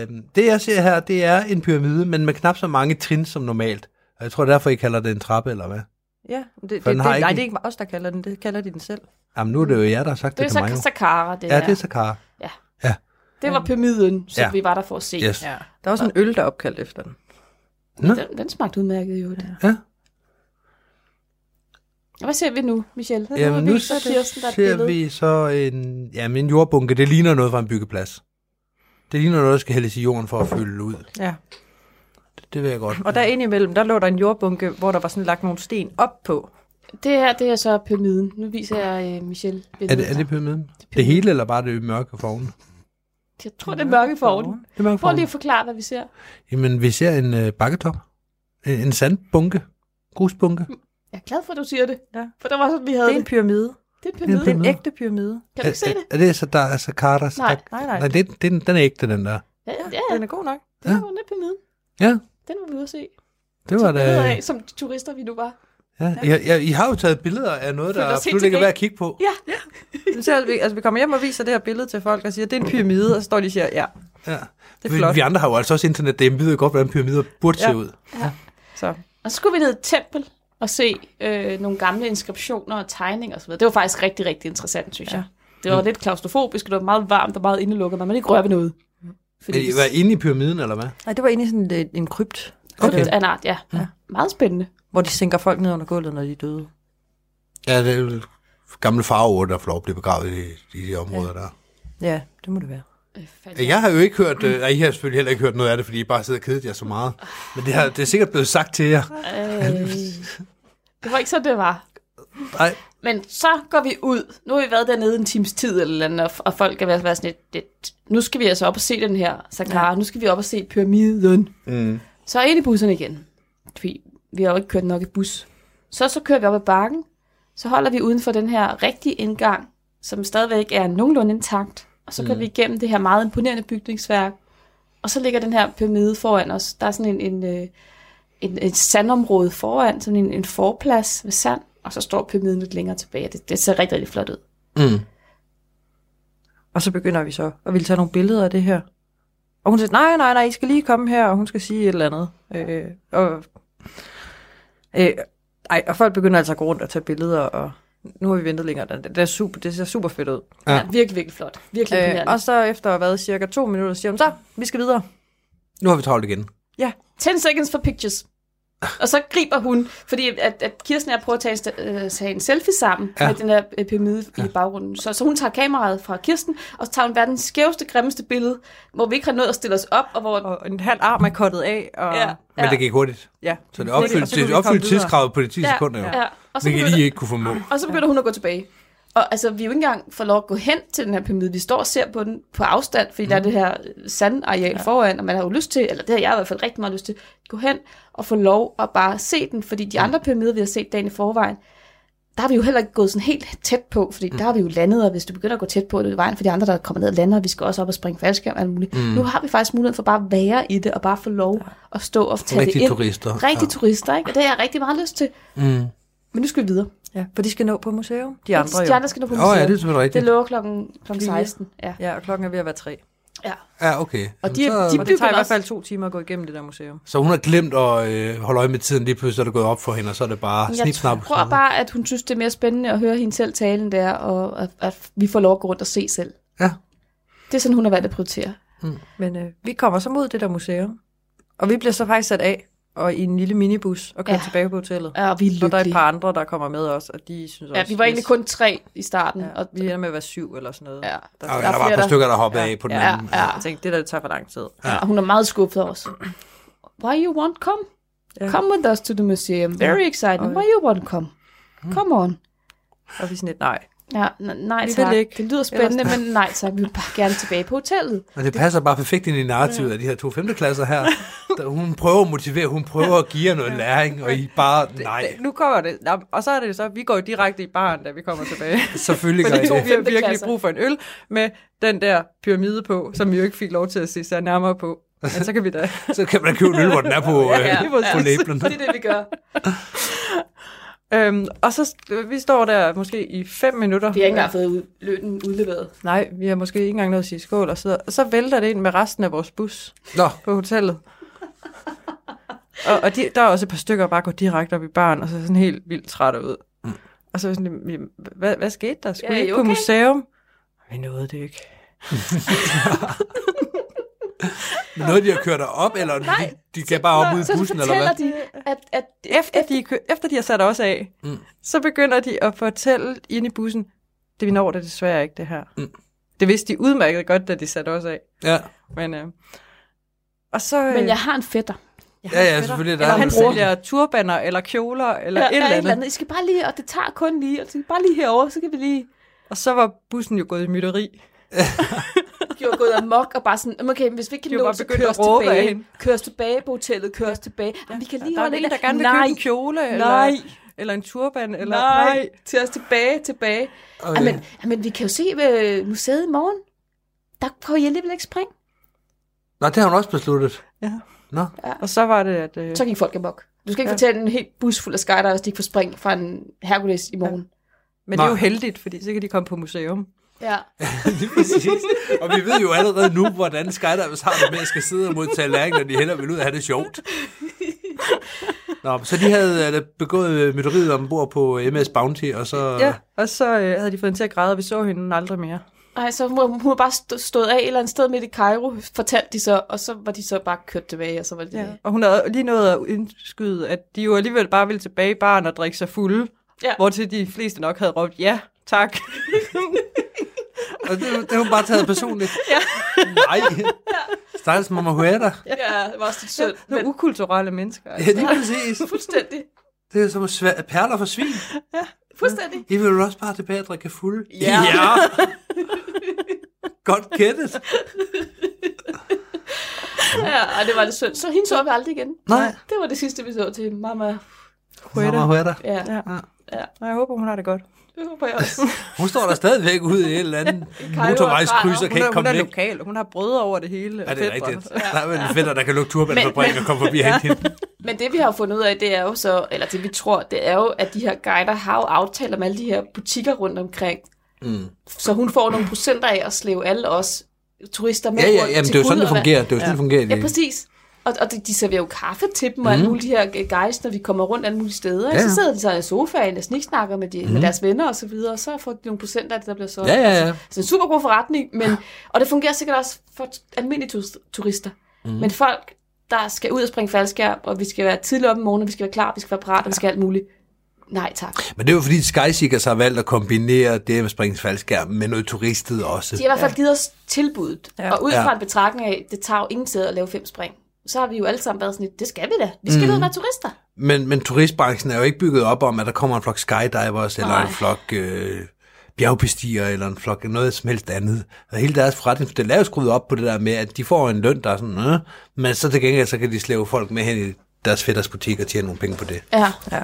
Øh, det, jeg ser her, det er en pyramide, men med knap så mange trin som normalt. Og jeg tror, derfor I kalder det en trappe, eller hvad? Ja, det, det, For det, den har ikke nej, en- det er ikke os, der kalder den. Det kalder de den selv. Jamen, nu er det jo jer, der har sagt Det det, er til mig. så jo. Saqqara, det Ja, der. det er Sakara. det var pyramiden, som Ja. vi var der for at se. Yes. Ja. Der er også en øl, der er opkaldt efter den. Nå. Den, den smagte udmærket jo. Det. Ja. Og Hvad ser vi nu, Michelle? Hvad Jamen, vi nu så Kirsten, der er et ser billede? vi så en, jamen, en jordbunke. Det ligner noget fra en byggeplads. Det ligner noget, der skal hældes i jorden for at fylde ud. Ja. Det, det vil jeg godt. Og der indimellem, der lå der en jordbunke, hvor der var sådan lagt nogle sten op på. Det her, det er så pyramiden. Nu viser jeg øh, Michelle er, billedet. det, er det pyramiden? Det hele, eller bare det mørke forven? Jeg tror, det er mørke fororden. Det mørke Prøv forven. lige at forklare, hvad vi ser. Jamen, vi ser en øh, bakketop. En, en sandbunke. Grusbunke. Jeg er glad for, at du siger det. Ja. For der var sådan, vi havde Det er en pyramide. Det er en Det er en pyramide. Det er en Pyramide. ægte pyramide. Kan du ikke se er, det? Er, er det så, der er så Carter? Nej, nej, nej. Nej, det, det, den, den er ægte, den der. Ja, ja, ja. Den er god nok. Det var den pyramide. Ja, Den var vi ude at se. det var da... Som billeder af, som turister vi nu var. Ja, I, jeg, I har jo taget billeder af noget, der Føler os helt absolut ikke er værd at kigge på. Ja, Så ser vi, altså, vi kommer hjem og viser det her billede til folk og siger, det er en pyramide, og så står de og siger, ja. Ja. Det Vi, er flot. vi andre har jo altså også internet, det ved jo godt, hvordan pyramider burde Ja. se ud. Så og så skulle vi ned i et tempel og se øh, nogle gamle inskriptioner og tegninger osv. Det var faktisk rigtig, rigtig interessant, synes Ja. jeg. Det var lidt klaustrofobisk, og det var meget varmt og meget indelukket, når man ikke rører ved noget. Fordi Men I var inde i pyramiden, eller hvad? Nej, det var egentlig sådan lidt en krypt, Okay. okay. af en art, ja. ja. Meget spændende. hvor de sænker folk ned under gulvet, når de er døde. Ja, det er jo gamle farver, der får lov at blive begravet i, i de områder der. Ja, det må det være. Øh, fandme. Jeg har jo ikke hørt, øh, og I har selvfølgelig heller ikke hørt noget af det, fordi I bare sidder og kedet jer så meget. Men det, har, det er sikkert blevet sagt til jer. Øh, det var ikke så, det var. Nej, Men så går vi ud. Nu har vi været dernede en times tid eller andet, og, og folk kan være, være sådan lidt, lidt, nu skal vi altså op og se den her Sakara, ja. nu skal vi op og se pyramiden. Mm. Så ind i busserne igen, fordi vi har jo ikke kørt nok i bus. Så, så kører vi op ad bakken, så holder vi uden for den her rigtige indgang, som stadigvæk er nogenlunde intakt, og så går vi igennem det her meget imponerende bygningsværk, og så ligger den her pyramide foran os. Der er sådan en, en, øh, en, et sandområde foran, sådan en, en forplads med sand, og så står pyramiden lidt længere tilbage. Det, det ser rigtig, rigtig flot ud. Mm. Og så begynder vi så at ville tage nogle billeder af det her. Og hun siger, nej, nej, nej, I skal lige komme her, og hun skal sige et eller andet. Øh, og, øh, ej, og folk begynder altså at gå rundt og tage billeder, og nu har vi ventet længere. Det, det, er super, det ser super fedt ud. Ja. Ja. ja virkelig, virkelig flot. Virkelig Øh, imponerende. og så efter hvad, cirka to minutter, siger hun, så, vi skal videre. Nu har vi travlt igen. 10 seconds for pictures. Og så griber hun, fordi at, at Kirsten og jeg prøver at tage en, sta- øh, tage en selfie sammen Ja. ja. med den der øh, pyramide ja. i baggrunden. Så, så hun tager kameraet fra Kirsten, og så tager hun verdens skæveste, grimmeste billede, hvor vi ikke har nået at stille os op, og hvor... Og en halv arm er kottet af, og ja, Ah. Men det gik hurtigt. ja. Så det Og opfyldte, kunne vi det opfyldte komme videre. tidskravet på de 10 ja, sekunder, jo. ja. Og, så Hvilket I begynder, ikke kunne formå. og så begynder hun at gå tilbage. Og altså, vi er jo ikke engang får lov at gå hen til den her pyramide. Vi står og ser på den på afstand, fordi mm. der Mhm. er det her øh, sandareal ja. foran, og man har jo lyst til, eller det har jeg i hvert fald rigtig meget lyst til, at gå hen og få lov at bare se den, fordi Mhm. de andre pyramider, vi har set dagen i forvejen, der har vi jo heller ikke gået sådan helt tæt på, Mhm. fordi mm. der har vi jo landet, og hvis du begynder at gå tæt på, er det er vejen for de andre, der kommer ned og lander, og vi skal også op og springe faldskærm og alt muligt. Mhm. Mm. Nu har vi faktisk muligheden for bare at være i det, og bare få lov at stå og tage Rigtige det ind. turister. Rigtig Ja. turister, ikke? Og det har jeg rigtig meget lyst til. Mm. Men nu skal vi videre. Ja, for de skal nå på museum, de andre De jo. andre skal nå på Åh, museet. ja, det er selvfølgelig det rigtigt. lukker klokken, klokken Fire. 16. Ja. Ja, og klokken er ved at være tre. ja. Ja, okay. Og de, Jamen, de Og det bygger tager i hvert også- fald to timer at gå igennem det der museum. Så hun har glemt at øh, holde øje med tiden, lige pludselig er det gået op for hende, og så er det bare snip, snap. Jeg tror bare, at hun synes, det er mere spændende at høre hende selv tale, end det er, og at, at vi får lov at gå rundt og se selv. Ja. Det er sådan, hun har valgt at prioritere. Men øh, vi kommer så mod det der museum, og vi bliver så faktisk sat af og i en lille minibus og kører ja. Ja. tilbage på hotellet. Ja, og vi er Så der er et lykkelige. par andre, der kommer med os, og de synes også... Ja, vi var egentlig kun tre i starten. Ja, og, og vi ender med at være syv eller sådan noget. Ja. Der, Og er der var et flere, par der- stykker, der hoppede af på den ja, anden. ja. Jeg tænkte, det der det tager for lang tid. ja. og hun er meget skuffet over os. Why you want come? Ja. Come with us to the museum. Very exciting. Why you want come? Mm. Come on. Og vi er sådan lidt, nej. Ja, n- nej Vi vil tak. ikke. Det lyder spændende, men nej tak. Vi vil bare gerne tilbage på hotellet. Og det passer bare perfekt ind i narrativet af de her to femteklasser her. Der, hun prøver at motivere, hun prøver at give jer noget læring, og I bare, nej, Nu kommer det. Nå, Og så er det så, vi går jo direkte i baren, da vi kommer tilbage. selvfølgelig gør Fordi I to, vi det. har virkelig Femteklasser. brug for en øl med den der pyramide på, som vi jo ikke fik lov til at se sig nærmere på. Men så kan vi da... Så kan man da købe en øl, hvor den er på, øh, ja. på labelen. Og det er det, vi gør. Øhm, og så vi står der måske i fem minutter. Vi har ikke engang fået ud, lønnen udleveret. Nej, vi har måske ikke engang noget at sige skål. Og så, og så vælter det ind med resten af vores bus Nå, på hotellet. og og de, der er også et par stykker, der bare går direkte op i baren, og så er sådan helt vildt trætte ud. Og så er vi sådan, lidt, "Jamen, hvad, hvad skete der? Skulle Mm. Ja, er vi ikke I på okay?" museum? Vi nåede det ikke. noget de har kørt dig op, eller de, de kan bare op ud Så i bussen, eller fortæller hvad? de, at, at Efter de, er kø- efter de har sat os af, Mm. mm. så begynder de at fortælle ind i bussen, det vi når det desværre ikke, det her. Mm. Det vidste de udmærket godt, da de satte os af. Ja, Men, øh, og så, øh, men jeg har en fætter. jeg ja, ja selvfølgelig. Der Eller er han en- sælger turbaner eller kjoler eller ja, et eller andet. andet. I skal bare lige, og det tager kun lige, og det skal bare lige herover, så kan vi lige... Og så var bussen jo gået i mytteri. De var gået amok og bare sådan, "Jamen, okay, hvis vi ikke De kan var nå, bare så begyndt kører at os råbe af tilbage. hende. Kører os tilbage på hotellet, kører os tilbage. Jamen, vi kan lige Der er holde en, der gerne vil nej, købe en kjole eller, nej, eller en turban. Eller, nej, til os tilbage, tilbage. og, øh, Jamen, jamen, vi kan jo se øh, museet i morgen. Der får I alligevel ikke spring. Nå, det har hun også besluttet. Ja. Nå, Og så var det, at... Øh, Så gik folk amok. Du skal ikke Ja. ja. fortælle en helt bus fuld af skydivers, de ikke får spring fra en Hercules i morgen. men det er jo Nej. heldigt, fordi så kan de komme på museum. Ja. lige præcis. Og vi ved jo allerede nu, hvordan skydivers har det med, at skal sidde og modtage læring, når de heller vil ud og have det sjovt. Nå, så de havde øh, begået øh, mytteriet ombord på MS Bounty, og så... Ja, og så øh, havde de fået hende til at græde, og vi så hende aldrig mere. Nej, så hun, hun var bare stå- stået af et eller andet sted midt i Cairo, fortalte de så, og så var de så bare kørt tilbage, og så var det Ja. Og hun havde lige nået at indskyde, at de jo alligevel bare ville tilbage i baren og drikke sig fulde. Ja. Hvor til de fleste nok havde råbt, ja, tak. Og det, det har hun bare taget personligt. Ja. Nej. Stakkels mamma huerta. ja, det var også lidt sødt, Nogle men ukulturelle mennesker. Ja, Altså. lige præcis. fuldstændig, Det er som svæ- perler for svin. fuldstændig. I vil jo også bare tilbage og drikke fuld. Ja. ja. Godt gættet. Ja, og det var lidt sødt. Så hende så vi aldrig igen. Nej. Det var det sidste, vi så til mamma. Huerta. Mamma huerta. Ja, Ja. Og jeg håber, hun har det godt. det håber jeg også. Hun står der stadigvæk ude i et eller andet motorvejskryds og kan Hun er, ikke hun komme er væk. lokal, hun har brødre over det hele. Er og det er fætre. rigtigt? Der er vel en fætter, der kan lukke turbanfabrikken Men- og komme forbi ja. hende. Men det vi har fundet ud af, det er jo så, eller det vi tror, det er jo, at de her guider har jo aftaler med alle de her butikker rundt omkring. Mm. Så hun får nogle procenter af at slæve alle os turister med Ja, ja, rundt jamen, til det er jo sådan, Gud det og hvad- fungerer. Det er jo sådan, det fungerer. Ja, lige. præcis. Og, og de, de serverer jo kaffe til dem og alle mulige de her guys, når vi kommer rundt alle mulige steder. Ja, Ja, ja. ja. Så sidder de så i sofaen og sniksnakker med, de, mm. med deres venner og så videre, og så får de nogle procenter af det, der bliver solgt. Ja, ja, ja. Så en super god forretning, men, og det fungerer sikkert også for t- almindelige turist- turister. Mm. Men folk, der skal ud og springe faldskærm, og vi skal være tidligt op om morgenen, og vi skal være klar, vi skal være parat, og vi skal alt muligt. Nej tak. Men det er jo fordi, Skyseekers har valgt at kombinere det med springfaldskærm med noget turistet også. De har i hvert fald givet os tilbuddet, Ja. ja. og ud Ja. fra en betragtning af, det tager jo ingen tid at lave fem spring. Så har vi jo alle sammen været sådan lidt, det skal vi da. Vi skal mm. ud og være turister. Men, men turistbranchen er jo ikke bygget op om, at der kommer en flok skydivers, eller Nej. en flok øh, bjergbestiger, eller en flok noget som helst andet. Og hele deres forretningsmodel er jo skruet op på det der med, at de får en løn, der er sådan, øh, men så til gengæld, så kan de slæve folk med hen i deres fætters butik og tjene nogle penge på det. Ja. Ja.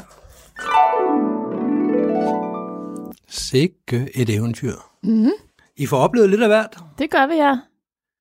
Sikke et eventyr. Mm-hmm. Mhm. I får oplevet lidt af hvert. Det gør vi, ja.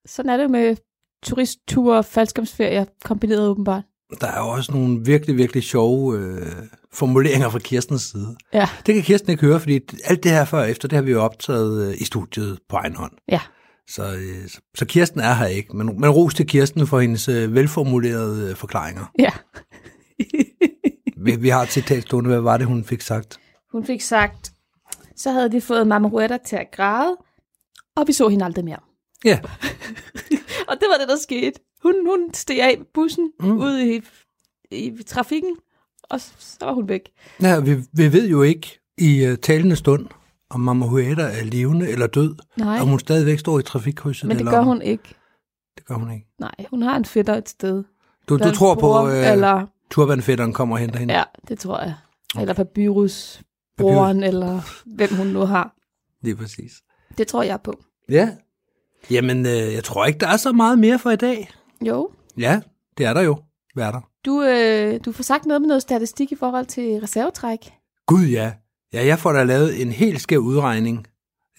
Sådan er det jo med turistture og faldskabsferier kombineret åbenbart. Der er jo også nogle virkelig, virkelig sjove øh, formuleringer fra Kirstens side. Ja, Det kan Kirsten ikke høre, fordi alt det her før og efter, det har vi jo optaget øh, i studiet på egen hånd. ja. Så, øh, så- så Kirsten er her ikke, men, men ros til Kirsten for hendes øh, velformulerede øh, forklaringer. ja. Vi, vi har et citat stående, hvad var det, hun fik sagt? Hun fik sagt, så havde de fået Mama Ruetta til at græde, og vi så hende aldrig mere. Ja, Og det var det, der skete. Hun, hun steg af med bussen mm. ud i, i trafikken, og så, så var hun væk. ja vi, vi ved jo ikke i uh, talende stund, om Mama Hueta er levende eller død, Nej, om hun stadigvæk står i trafikkrydset. men det eller gør om- hun ikke. Det gør hun ikke. Nej, hun har en fætter et sted. Du, du Eller en tror på, bror, øh, Eller, turbanfætteren kommer og henter hende? ja, det tror jeg. Eller papyrus, broren, eller hvem hun nu har. Lige præcis. Det tror jeg på. Ja. Jamen, øh, jeg tror ikke, der er så meget mere for i dag. Jo, Ja, det er der jo. Hvad er der? Du, øh, du får sagt noget med noget statistik i forhold til reservetræk. Gud ja. Ja, jeg får da lavet en helt skæv udregning.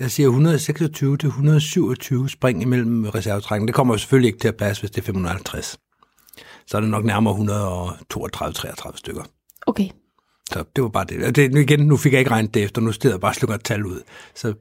Jeg siger 126 til 127 spring imellem reservetrækken. Det kommer jo selvfølgelig ikke til at passe, hvis det er 550. Så er det nok nærmere 132-33 stykker. Okay. Så det var bare det. Og det nu igen, nu fik jeg ikke regnet det efter, nu steder jeg bare og slukker et tal ud. Så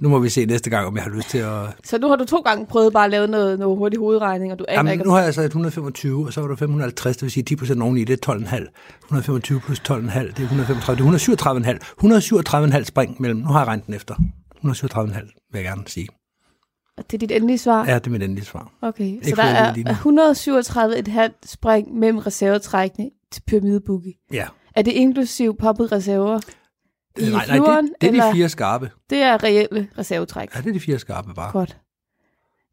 nu må vi se næste gang, om jeg har lyst til at... Så nu har du to gange prøvet bare at lave noget, noget hurtig hovedregning, og du aner Jamen, ikke... nu om- har jeg så et 125, og så var der 550, det vil sige 10 procent oveni, det er 12,5. 125 plus 12,5, det er 135, det er 137,5. 137,5 spring mellem, nu har jeg regnet den efter. 137,5 vil jeg gerne sige. Det er dit endelige svar? Ja, det er mit endelige svar. Okay, så Ikke der flere er lige nu. 137,5 spring mellem reservetrækkene til pyramideboogie. Ja. Er det inklusiv poppet reserver? I Øh, flyveren, det, det er eller? de fire skarpe. Det er reelle reservetræk. Ja, det er de fire skarpe bare. Godt.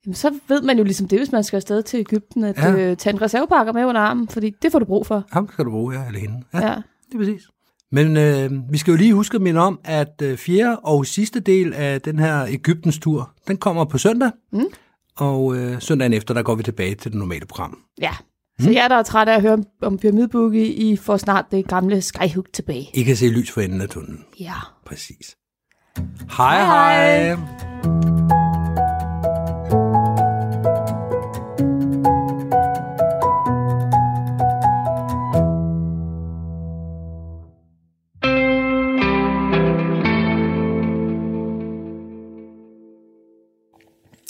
Jamen, så ved man jo ligesom det, hvis man skal afsted til Ægypten, at Ja. ja. øh, tage en reservepakker med under armen, fordi det får du brug for. Ham skal du bruge, ja, eller hende. Ja, Ja. ja. ja. det er præcis. Men øh, vi skal jo lige huske at minde om, at øh, fjerde og sidste del af den her Ægyptens tur, den kommer på søndag. Mm. Og øh, søndagen efter, der går vi tilbage til det normale program. ja. Så jeg der er træt af at høre om, om pyramideboogie, I får snart det gamle skyhook tilbage. I kan se lys for enden af tunnelen. Ja. Præcis. Hej hej! hej.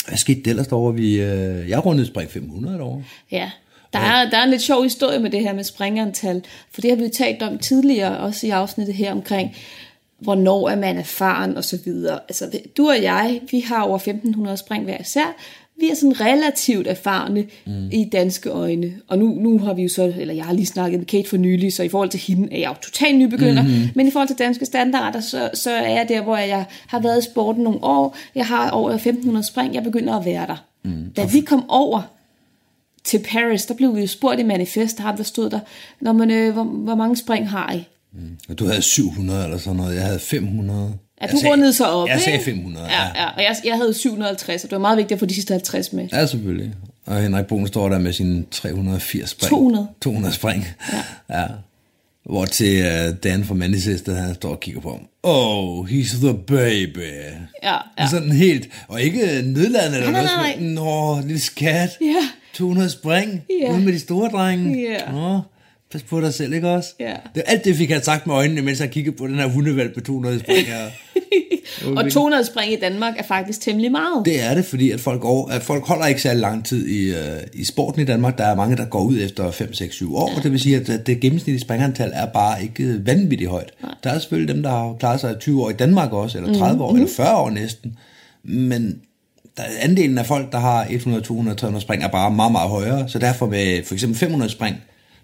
Hvad skete der ellers derovre? Vi, øh, jeg rundede spring 500 derovre. Ja, Der er, der er en lidt sjov historie med det her med springantal, for det har vi jo talt om tidligere, også i afsnittet her omkring, hvornår er man erfaren og så videre. Altså, du og jeg, vi har over 1500 spring hver især. Vi er sådan relativt erfarne mm. i danske øjne. Og nu, nu har vi jo så, eller jeg har lige snakket med Kate for nylig, så i forhold til hende er jeg jo total nybegynder. Mm. Men i forhold til danske standarder, så, så er jeg der, hvor jeg har været i sporten nogle år. Jeg har over 1500 spring, jeg begynder at være der. Mm. Da vi kom over, til Paris, der blev vi jo spurgt i manifest, ham der stod der, når man, øh, hvor, hvor mange spring har I? Og du havde 700 eller sådan noget, jeg havde 500. Ja, Jeg du sagde- rundede så op, Jeg sagde ikke? 500, ja. Ja, ja, og jeg, jeg havde 750, og det var meget vigtigt at få de sidste 50 med. Ja, selvfølgelig. Og Henrik Boen står der med sine 380 spring. 200. 200 spring. Ja. ja. Hvor til uh, Dan fra Manchester, han står og kigger på ham. Oh, he's the baby. Ja, ja. Ja. Sådan helt, og ikke øh, nedladende eller Nej, noget. nej, nej. sådan, Nå, lille skat. Ja. 200 spring. Ja. Ude med de store drenge. Ja. Nå, pas på dig selv, ikke også? Ja. Det, alt det fik han sagt med øjnene, mens han kiggede på den her hundevalg på 200 spring her. og 200 spring i Danmark er faktisk temmelig meget. Det er det, fordi at folk, over, at folk holder ikke særlig lang tid i, øh, i sporten i Danmark. Der er mange, der går ud efter 5, 6, 7 år, og det vil sige, at øh, det gennemsnitlige springerantal er bare ikke øh, vanvittigt højt. Der er selvfølgelig dem, der har klaret sig i 20 år i Danmark også, eller 30 år, eller 40 år næsten. Men der, andelen af folk, der har 100, 200, 300 spring, er bare meget, meget højere. Så derfor med for eksempel 500 spring,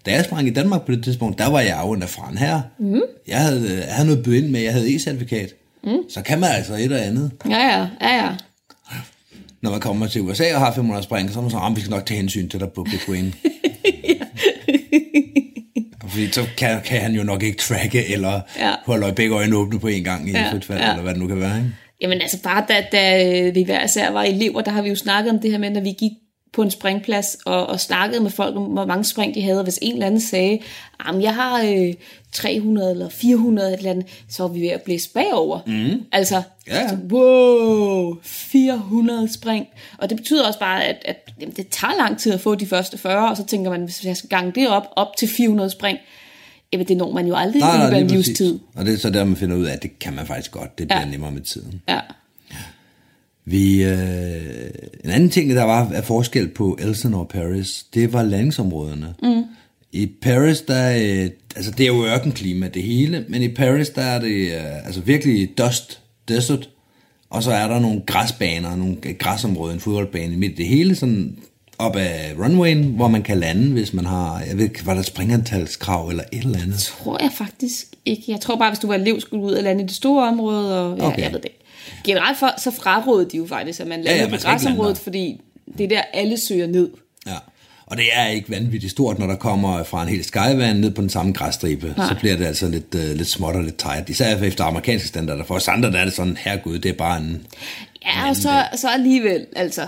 da jeg sprang i Danmark på det tidspunkt, der var jeg jo en erfaren her. Mm. Jeg, havde, jeg havde noget bøde ind med, jeg havde e-certifikat. Mm. Så kan man altså et og andet Ja, ja, ja, ja. når man kommer til USA og har 500 spring, så er man sådan, "Ah, vi skal nok tage hensyn til dig på Big Win. Fordi så kan, kan, han jo nok ikke tracke, eller Ja. ja. holde begge øjne åbne på en gang i Ja, ja. frit fald, ja. ja. eller hvad det nu kan være. Ikke? Jamen altså bare da, da øh, vi hver især var elever, der har vi jo snakket om det her med, når vi gik på en springplads og, og snakkede med folk om, hvor mange spring de havde. Og hvis en eller anden sagde, at jeg har øh, 300 eller 400 et eller andet, så var vi ved at blæse bagover. Mm. Altså, Ja. altså, wow, 400 spring. Og det betyder også bare, at, at jamen, det tager lang tid at få de første 40, og så tænker man, hvis jeg skal gange det op, op til 400 spring, jamen det når man jo aldrig i løbet af en lige præcis. livstid. Og det er så der, man finder ud af, at det kan man faktisk godt. Det bliver ja. nemmere med tiden. Ja. Vi, øh, en anden ting, der var af forskel på Elsinore og Paris, det var landingsområderne. Mm. I Paris, der øh, altså det er jo ørkenklima det hele, men i Paris, der er det øh, altså virkelig dust, desert, og så er der nogle græsbaner, nogle græsområder, en fodboldbane midt i det hele, sådan op ad runwayen, hvor man kan lande, hvis man har, jeg ved ikke, var der springantalskrav eller et eller andet. tror jeg faktisk ikke. Jeg tror bare, hvis du var elev, skulle du ud og lande i det store område, og ja, okay. Okay. jeg ved det ikke. Generelt for, så frarådede de jo faktisk, at man lander ja, ja, man på skal ikke lande græsområdet, der. fordi det er der, alle søger ned. Ja. Og det er ikke vanvittigt stort, når der kommer fra en hel skyvand ned på den samme græsstribe. Nej. Så bliver det altså lidt, øh, lidt småt og lidt tight. Især efter amerikanske standarder. For os andre der er det sådan, herregud, det er bare en... Ja, og så, så alligevel, altså.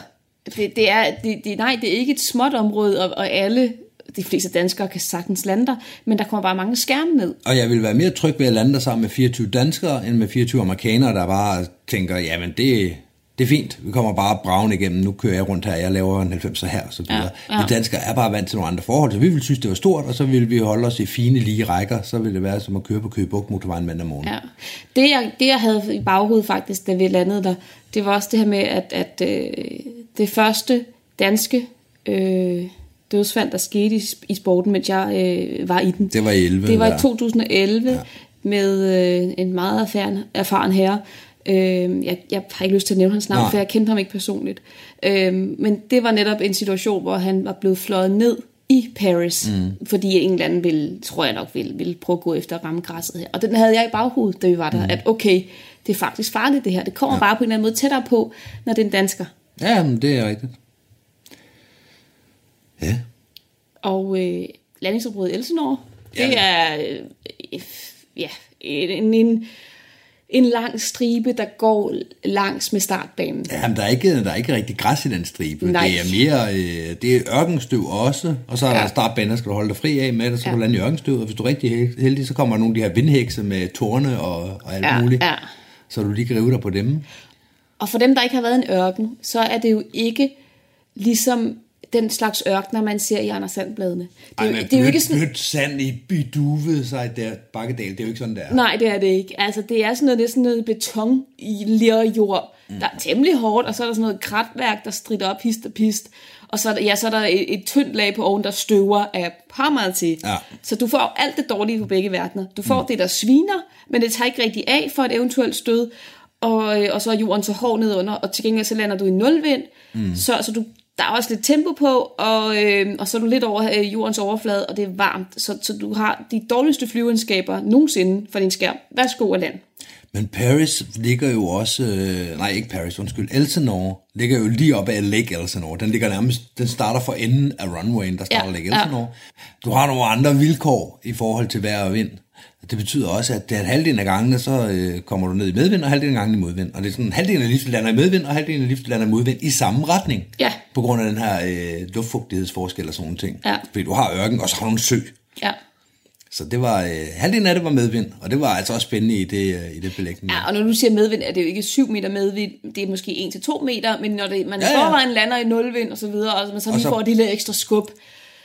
Det, det er, det, det, nej, det er ikke et småt område, og, og alle, de fleste danskere kan sagtens lande der, men der kommer bare mange skærme ned. Og jeg vil være mere tryg ved at lande der sammen med 24 danskere, end med 24 amerikanere, der bare tænker, jamen det, det er fint, vi kommer bare braven igennem, nu kører jeg rundt her, jeg laver en 90'er her, og så videre. Ja, ja. Ja, ja. Vi danskere er bare vant til nogle andre forhold, så vi ville synes, det var stort, og så ville vi holde os i fine lige rækker, så ville det være som at køre på Køge Bugt motorvejen mandag morgen. Ja. Det, jeg, det, jeg havde i baghovedet faktisk, da vi landede der, det var også det her med, at, at øh, det første danske øh, dødsfald, der skete i, sp- i sporten, mens jeg øh, var i den. Det var i 11, Det var i ja. 2011 ja. med øh, en meget erfaren, erfaren herre. Øh, jeg, jeg har ikke lyst til at nævne hans navn, Nej. Nej. for jeg kendte ham ikke personligt. Øh, men det var netop en situation, hvor han var blevet fløjet ned i Paris, mm. fordi en eller anden ville, tror jeg nok, ville, ville prøve at gå efter at ramme græsset her. Og den havde jeg i baghovedet, da vi var der, mm. at okay, det er faktisk farligt det her. Det kommer ja. bare på en eller anden måde tættere på, når det er en dansker. Ja, men det er rigtigt. Ja. Og øh, landingsområdet i Elsinore, det er øh, ja, en, en, en lang stribe, der går langs med startbanen. Jamen, der er, ikke, der er ikke rigtig græs i den stribe. Nej. Det er mere øh, det er ørkenstøv også, og så er der Ja. ja. startbaner, skal du holde dig fri af med, og så kan Ja. du lande i ørkenstøv, og hvis du er rigtig hel- heldig, så kommer der nogle af de her vindhekse med tårne og, og alt Ja, muligt, ja. så du lige kan rive dig på dem. Og for dem, der ikke har været i en ørken, så er det jo ikke ligesom den slags ørkner, man ser i Anders Sandbladene. Det, Ej, Ej, men det er jo ikke sådan... blødt sand i biduve sig der, Bakkedal, det er jo ikke sådan, der. Nej, det er det ikke. Altså, det er sådan noget, det er sådan noget beton i lerjord, mm. der er temmelig hårdt, og så er der sådan noget kratværk, der strider op hist og pist. Og så, er der- ja, så er der et, et tyndt lag på oven, der støver af hammeren til. Ja. Så du får alt det dårlige på begge verdener. Du får mm. det, der sviner, men det tager ikke rigtig af for et eventuelt stød. Og, øh, og så er jorden så hård nedunder, og til gengæld så lander du i nulvind. Mm. Så, så du, der er også lidt tempo på, og, øh, og så er du lidt over øh, jordens overflade, og det er varmt. Så, så du har de dårligste flyvenskaber nogensinde for din skærm. Værsgo og land. Men Paris ligger jo også, øh, nej ikke Paris, undskyld, Elsinore ligger jo lige op ad Lake Elsinore. Den ligger nærmest, den starter for enden af runwayen, der starter Ja, ja, Lake ja. Elsinore. Du har nogle andre vilkår i forhold til vejr og vind. Det betyder også, at det er halvdelen af gangene, så øh, kommer du ned i medvind, og halvdelen af gangene i modvind. Og det er sådan, halvdelen af livet lander i medvind, og halvdelen af livet lander i modvind i samme retning. Ja. På grund af den her øh, luftfugtighedsforskel og sådan nogle ting. Ja. Fordi du har ørken, og så har du en sø. Ja. Så det var, øh, halvdelen af det var medvind, og det var altså også spændende i det, øh, i det belægning. ja, og når du siger medvind, er det jo ikke 7 meter medvind, det er måske 1-2 meter, men når det, man ja, Ja, ja. ja. forvejen lander i nulvind og så videre, og man så lige så- får det lille ekstra skub,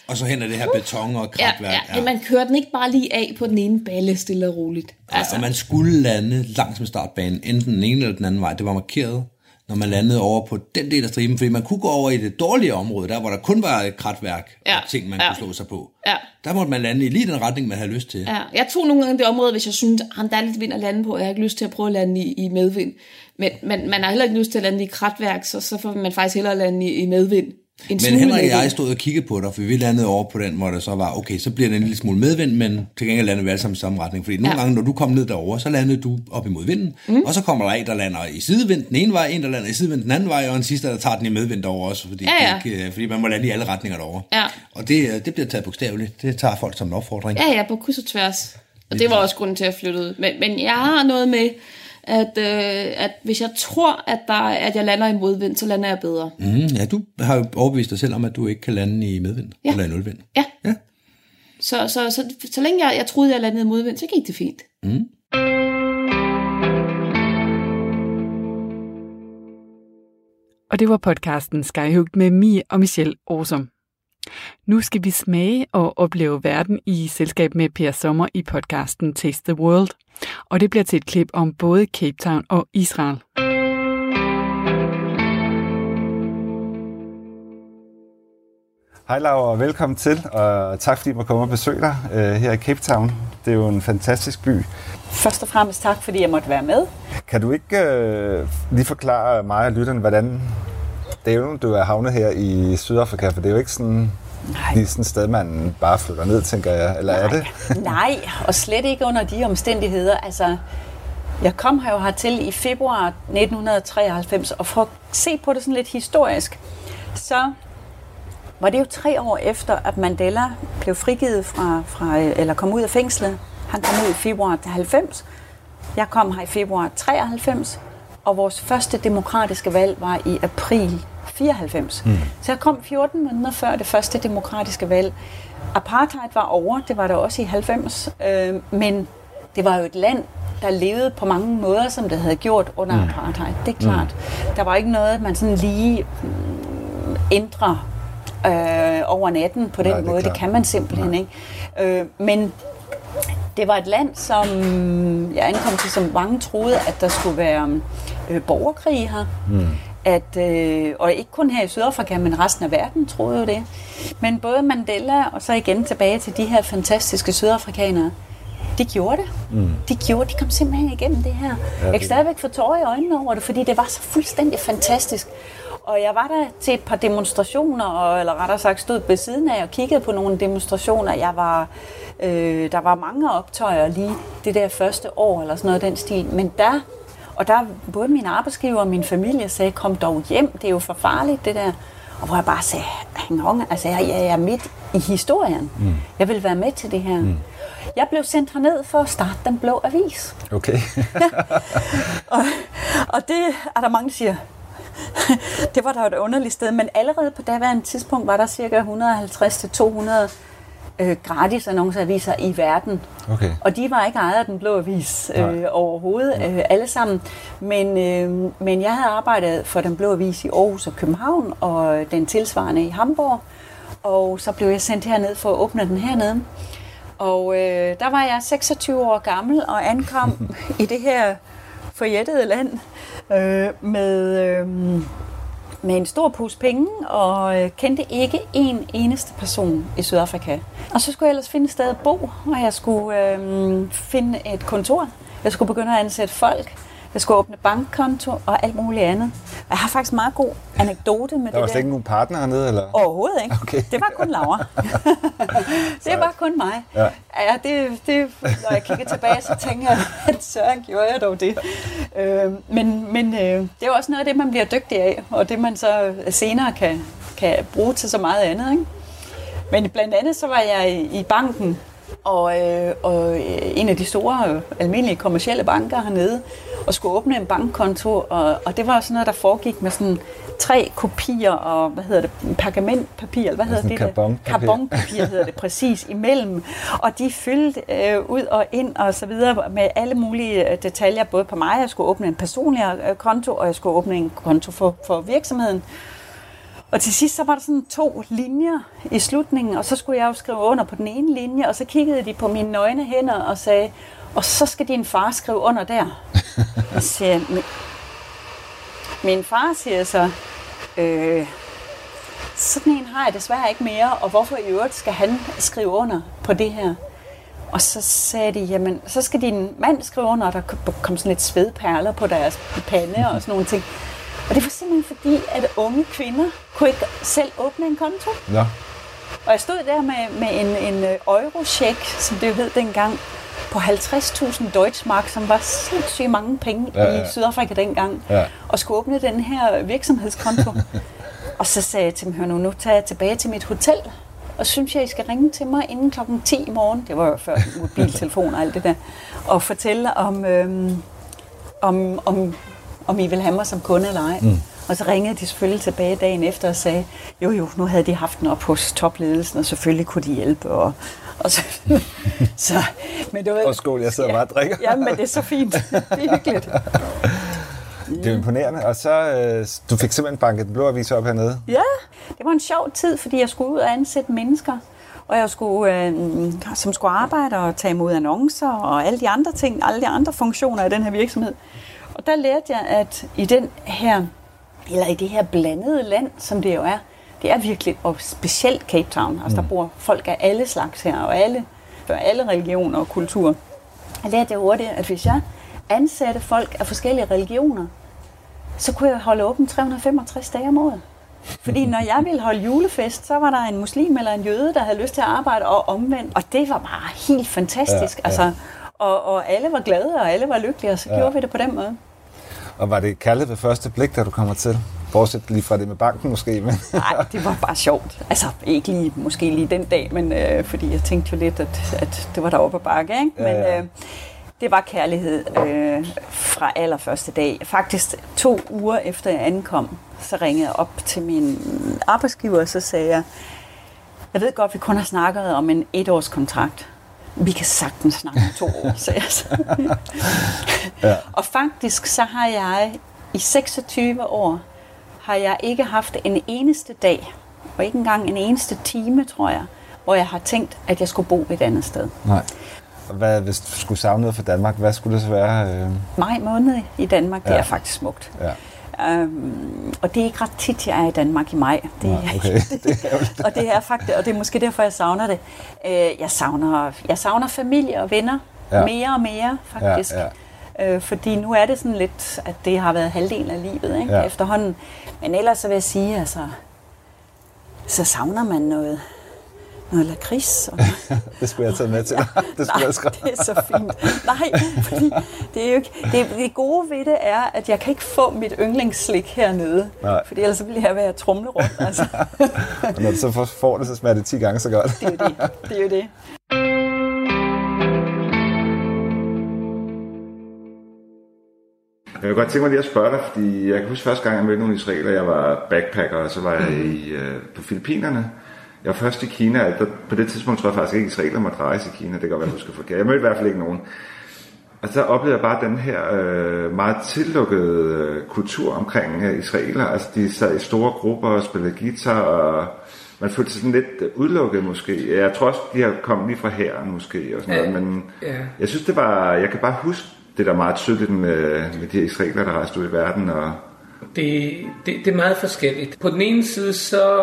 Og så hen er det her beton og Ja, kratværk. ja, ja. man kører den ikke bare lige af på den ene balle, stille og roligt. Altså, man skulle lande langs med startbanen, enten den ene eller den anden vej. Det var markeret, når man landede over på den del af striben, fordi man kunne gå over i det dårlige område, der hvor der kun var et kratværk Ja, og ting, man ja. kunne slå sig på. Ja. Der måtte man lande i lige den retning, man havde lyst til. Ja, jeg tog nogle gange det område, hvis jeg synes, at der er lidt vind at lande på, og jeg har ikke lyst til at prøve at lande i, i medvind. Men man, man har heller ikke lyst til at lande i kratværk, så, så får man faktisk hellere lande i, i medvind. End smule Men Henrik og medvind. jeg stod og kiggede på dig, for vi landede over på den, hvor der så var, okay, så bliver den en lille smule medvind, men til gengæld landede vi alle sammen i samme retning. Fordi nogle Ja. ja. gange, når du kom ned derover, så landede du op imod vinden, mm. og så kommer der en, der lander i sidevind den ene vej, en, der lander i sidevind den anden vej, og en sidste, der tager den i medvind derover også, fordi, Ja, ja. det Ikke, øh, fordi man må lande i alle retninger derover. Ja. Og det, øh, det bliver taget bogstaveligt. Det tager folk som en opfordring. Ja, ja, på kryds og tværs. Og det var også grunden til, at jeg flyttede. Men, men jeg har noget med, at, øh, at hvis jeg tror, at, der, at jeg lander i modvind, så lander jeg bedre. Mm, ja, du har jo overbevist dig selv om, at du ikke kan lande i medvind Ja. eller i nulvind. Ja. Ja. Så, så, så, så, så længe jeg, jeg troede, jeg landede i modvind, så gik det fint. Og det var podcasten Skyhugt med Mie og Michelle Åsom. Nu skal vi smage og opleve verden i selskab med Per Sommer i podcasten Taste the World. Og det bliver til et klip om både Cape Town og Israel. Hej Laura, og velkommen til, og tak fordi jeg må komme og besøge dig øh, her i Cape Town. Det er jo en fantastisk by. Først og fremmest tak, fordi jeg måtte være med. Kan du ikke øh, lige forklare mig og lytterne, hvordan dævlen du er havnet her i Sydafrika? For det er jo ikke sådan, Nej. lige sådan et sted, man bare flytter ned, tænker jeg. Eller er det? Nej, og slet ikke under de omstændigheder. Altså, jeg kom her jo hertil i februar 1993, og for at se på det sådan lidt historisk, så var det jo tre år efter, at Mandela blev frigivet fra, fra eller kom ud af fængslet. Han kom ud i februar 90. Jeg kom her i februar 93, og vores første demokratiske valg var i april 94. Mm. Så jeg kom 14 måneder før det første demokratiske valg. Apartheid var over, det var der også i 90, øh, men det var jo et land, der levede på mange måder, som det havde gjort under mm. apartheid. Det er klart. Mm. Der var ikke noget, man sådan lige mm, ændrer øh, over natten på den Nej, Nej, det er måde. Det, klart. det kan man simpelthen ikke. Øh, men det var et land, som jeg ankom til, som mange troede, at der skulle være øh, borgerkrig her. Hmm. Mm. At, øh, og ikke kun her i Sydafrika, men resten af verden troede jo det. Men både Mandela og så igen tilbage til de her fantastiske sydafrikanere, de gjorde det. Hmm. Mm. De gjorde, de kom simpelthen igennem det her. Ja, jeg kan stadigvæk få tårer i øjnene over det, fordi det var så fuldstændig fantastisk. Og jeg var der til et par demonstrationer, og, eller rettere sagt stod ved siden af og kiggede på nogle demonstrationer. Jeg var, øh, der var mange optøjer lige det der første år, eller sådan noget i den stil. Men der, og der både min arbejdsgiver og min familie sagde, kom dog hjem, det er jo for farligt det der. Og hvor jeg bare sagde, hang on, altså jeg, jeg er midt i historien. Mm. Jeg vil være med til det her. Mm. Jeg blev sendt herned for at starte Den Blå Avis. Okay. Og, og det er der mange, der siger, det var da et underligt sted, men allerede på daværende tidspunkt var der ca. 150-200 til 200, øh, gratis annonceaviser i verden. Okay. Og de var ikke ejet af den blå avis øh, Nej. overhovedet, øh, alle sammen. Men, øh, men jeg havde arbejdet for den blå avis i Aarhus og København, og den tilsvarende i Hamburg. Og så blev jeg sendt herned for at åbne den hernede. Og øh, der var jeg 26 år gammel og ankom i det her forjættede land øh, med... Øh, med en stor pose penge og øh, kendte ikke en eneste person i Sydafrika. Og så skulle jeg ellers finde et sted at bo, og jeg skulle øh, finde et kontor. Jeg skulle begynde at ansætte folk. Jeg skulle åbne bankkonto og alt muligt andet. Og jeg har faktisk en meget god anekdote med Der var det slet ikke nogen partner hernede, eller? Overhovedet ikke. Okay. Det var kun Laura. det var kun mig. Ja. ja det, det, når jeg kigger tilbage, så tænker jeg, at søren gjorde jeg dog det. Øh, men men øh, det er jo også noget af det, man bliver dygtig af, og det man så senere kan, kan bruge til så meget andet. Ikke? Men blandt andet så var jeg i- i banken, og, øh, og øh, en af de store øh, almindelige kommercielle banker hernede, og skulle åbne en bankkonto, og, og det var sådan noget, der foregik med sådan tre kopier og, hvad hedder det, pergamentpapir, eller hvad hedder sådan det? der? karbonpapir. Karbonpapir hedder det præcis, imellem. Og de fyldte øh, ud og ind og så videre med alle mulige øh, detaljer, både på mig, jeg skulle åbne en personlig øh, konto, og jeg skulle åbne en konto for, for virksomheden. Og til sidst så var der sådan to linjer i slutningen, og så skulle jeg jo skrive under på den ene linje, og så kiggede de på mine nøgne hænder og sagde, og så skal din far skrive under der. Jeg siger, "Men- min far siger så, øh, sådan en har jeg desværre ikke mere, og hvorfor i øvrigt skal han skrive under på det her? Og så sagde de, jamen, så skal din mand skrive under, og der kom sådan lidt svedperler på deres pande og sådan nogle ting. Og det var simpelthen fordi, at unge kvinder kunne ikke selv åbne en konto. Nå. Og jeg stod der med, med en, en øh, eurocheck, som det jo hed dengang, på 50.000 Deutschmark, som var sindssygt mange penge ja, Ja, ja. ja. i Sydafrika dengang, Ja. og skulle åbne den her virksomhedskonto. og så sagde jeg til dem, hør nu, nu tager jeg tilbage til mit hotel, og synes jeg, I skal ringe til mig inden klokken 10 i morgen, det var jo før mobiltelefon og alt det der, og fortælle om, øhm, om, om, om I vil have mig som kunde eller ej. Mm. Og så ringede de selvfølgelig tilbage dagen efter og sagde, jo jo, nu havde de haft den op hos topledelsen, og selvfølgelig kunne de hjælpe. Og, og så, så, men du ved, Og skål, jeg sidder bare og drikker. Ja, men det er så fint. Det er hyggeligt. Det Mm. er jo imponerende. Og så, øh, du fik simpelthen banket den blå avis op hernede. Ja, det var en sjov tid, fordi jeg skulle ud og ansætte mennesker, og jeg skulle, øh, som skulle arbejde og tage imod annoncer og alle de andre ting, alle de andre funktioner i den her virksomhed. Og der lærte jeg, at i den her, eller i det her blandede land, som det jo er, det er virkelig, og specielt Cape Town, altså der bor folk af alle slags her, og alle, fra alle religioner og kulturer. Jeg lærte jeg hurtigt, at hvis jeg ansatte folk af forskellige religioner, så kunne jeg holde åben 365 dage om året. Fordi når jeg ville holde julefest, så var der en muslim eller en jøde, der havde lyst til at arbejde og omvendt. Og det var bare helt fantastisk. Ja, Ja, ja. ja. Altså, og, og alle var glade, og alle var lykkelige, og så ja. gjorde vi det på den måde. Og var det kærlighed ved første blik, da du kommer til? Bortset lige fra det med banken måske, men... Nej, det var bare sjovt. Altså, ikke lige, måske lige den dag, men øh, fordi jeg tænkte jo lidt, at, at det var deroppe ad bakke, ikke? Men Ja, ja. Øh, det var kærlighed øh, fra allerførste dag. Faktisk to uger efter jeg ankom, så ringede jeg op til min arbejdsgiver, og så sagde jeg, jeg ved godt, vi kun har snakket om en etårskontrakt. Vi kan sagtens snakke om to år, sagde jeg så. Ja. Og faktisk så har jeg i 26 år, har jeg ikke haft en eneste dag, og ikke engang en eneste time, tror jeg, hvor jeg har tænkt, at jeg skulle bo et andet sted. Nej. Og Hvad, hvis du skulle savne noget for Danmark, hvad skulle det så være? Øh, Maj måned i Danmark, det Ja. er faktisk smukt. ja. Øhm, og det er ikke ret tit, jeg er i Danmark i maj. Det, Nej, okay. Det er jo- og det er faktisk, og det er måske derfor, jeg savner det. Øh, jeg, savner, jeg savner familie og venner Ja. ja. mere og mere, faktisk. Ja, Ja, ja. Øh, fordi nu er det sådan lidt, at det har været halvdelen af livet ikke? Ja. Ja. efterhånden. Men ellers så vil jeg sige, altså, så savner man noget, noget lakrids og det skulle jeg have taget med til dig. Det skulle jeg have skrevet. det er så fint. Nej, fordi det er jo ikke... Det, det gode ved det er, at jeg kan ikke få mit yndlingsslik hernede. Nej. Fordi ellers så bliver jeg ved at trumle rundt. Altså, Og når du så får- får det, så smager det 10 gange så godt. det er jo det. Det er jo det. Jeg vil godt tænke mig lige at spørge dig, fordi jeg kan huske første gang, jeg mødte nogle israeler, jeg var backpacker, og så var jeg i, øh, på Filippinerne Jeg var først i Kina, og der, på det tidspunkt tror jeg faktisk ikke, at israeler må drejes i Kina. Det kan godt være, at jeg husker forkert. Jeg mødte i hvert fald ikke nogen. Og så oplevede jeg bare den her øh, meget tillukkede øh, kultur omkring øh, israeler. Altså de sad i store grupper og spillede guitar, og man følte sig sådan lidt øh, udelukket måske. Jeg tror også, de har kommet lige fra hæren måske, og sådan noget. men jeg synes, det var, jeg kan bare huske det der meget tydeligt med, med de her israeler, der rejste ud i verden, og det, det, det er meget forskelligt. På den ene side, så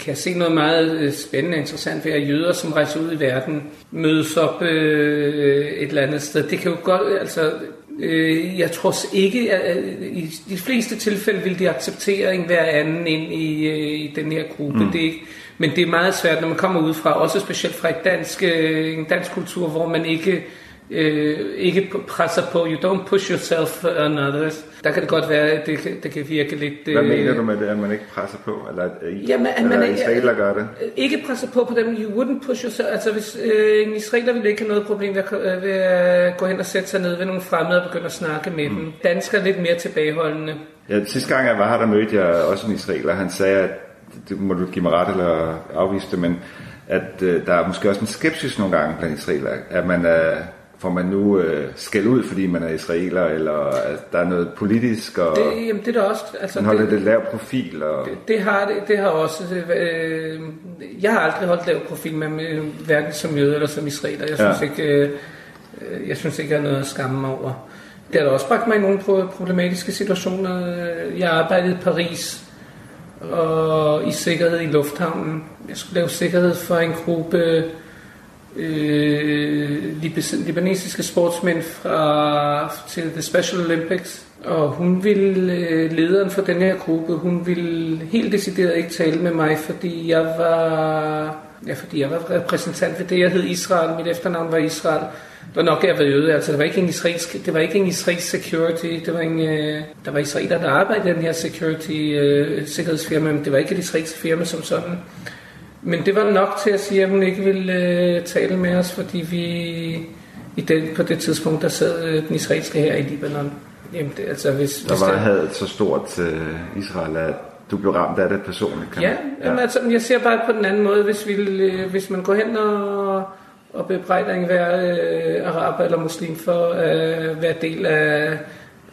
kan jeg se noget meget øh, spændende og interessant ved, at jøder, som rejser ud i verden, mødes op øh, et eller andet sted. Det kan jo godt, altså, øh, jeg tror s- ikke, at at i de fleste tilfælde vil de acceptere en hver anden ind i, øh, i den her gruppe. Mm. Det er ikke, men det er meget svært, når man kommer udefra, også specielt fra et dansk, øh, en dansk kultur, hvor man ikke øh, ikke p- presser på, you don't push yourself on others. Der kan det godt være, at det, kan- det kan virke lidt... Hvad mener du med det, at man ikke presser på? Eller at, øh, Jamen, at man eller ikke- israeler gør det? Øh, Ikke presser på på dem, you wouldn't push yourself. Altså hvis øh, en israeler ville ikke have noget problem ved, at ko- øh, ved at gå hen og sætte sig ned ved nogle fremmede og begynde at snakke med mm. dem. Danskere er lidt mere tilbageholdende. Ja, sidste gang jeg var her, der mødte jeg også en israeler. Han sagde, at det må du give mig ret eller afvise det, men at øh, der er måske også en skepsis nogle gange blandt israeler, at man er får man nu øh, skæld ud, fordi man er israeler, eller at der er noget politisk, og Det, jamen, det er der også... Altså, man holder det, lidt lav profil. Og, det har, det, det har også... Øh, jeg har aldrig holdt lav profil med, med hverken som jøde eller som israeler. Jeg Ja. synes, ikke, øh, øh, jeg synes ikke, jeg har noget at skamme mig over. Det har da også bragt mig i nogle pro- problematiske situationer. Jeg arbejdede i Paris og i sikkerhed i lufthavnen. Jeg skulle lave sikkerhed for en gruppe øh, libes- libanesiske sportsmænd fra, til The Special Olympics. Og hun ville, øh, lederen for den her gruppe, hun ville helt decideret ikke tale med mig, fordi jeg var, ja, fordi jeg var repræsentant for det, jeg hed Israel. Mit efternavn var Israel. Det var nok, jeg var jøde. Altså, det var ikke en israelsk, det var ikke en israelsk security. Det var en, øh, der var israeler, der arbejdede i den her security øh, sikkerhedsfirma, men det var ikke et israelsk firma som sådan. Men det var nok til at sige, at hun ikke ville øh, tale med os, fordi vi i den, på det tidspunkt, der sad øh, den israelske her i Libanon. Jamen, det, altså, hvis, der hvis var det- hadet så stort til Israel, at du blev ramt af det personligt. Kan Ja, man- jamen, altså, jeg ser bare på den anden måde, hvis, vi, øh, hvis man går hen og, og bebrejder en hver øh, araber eller muslim for øh, at være del af,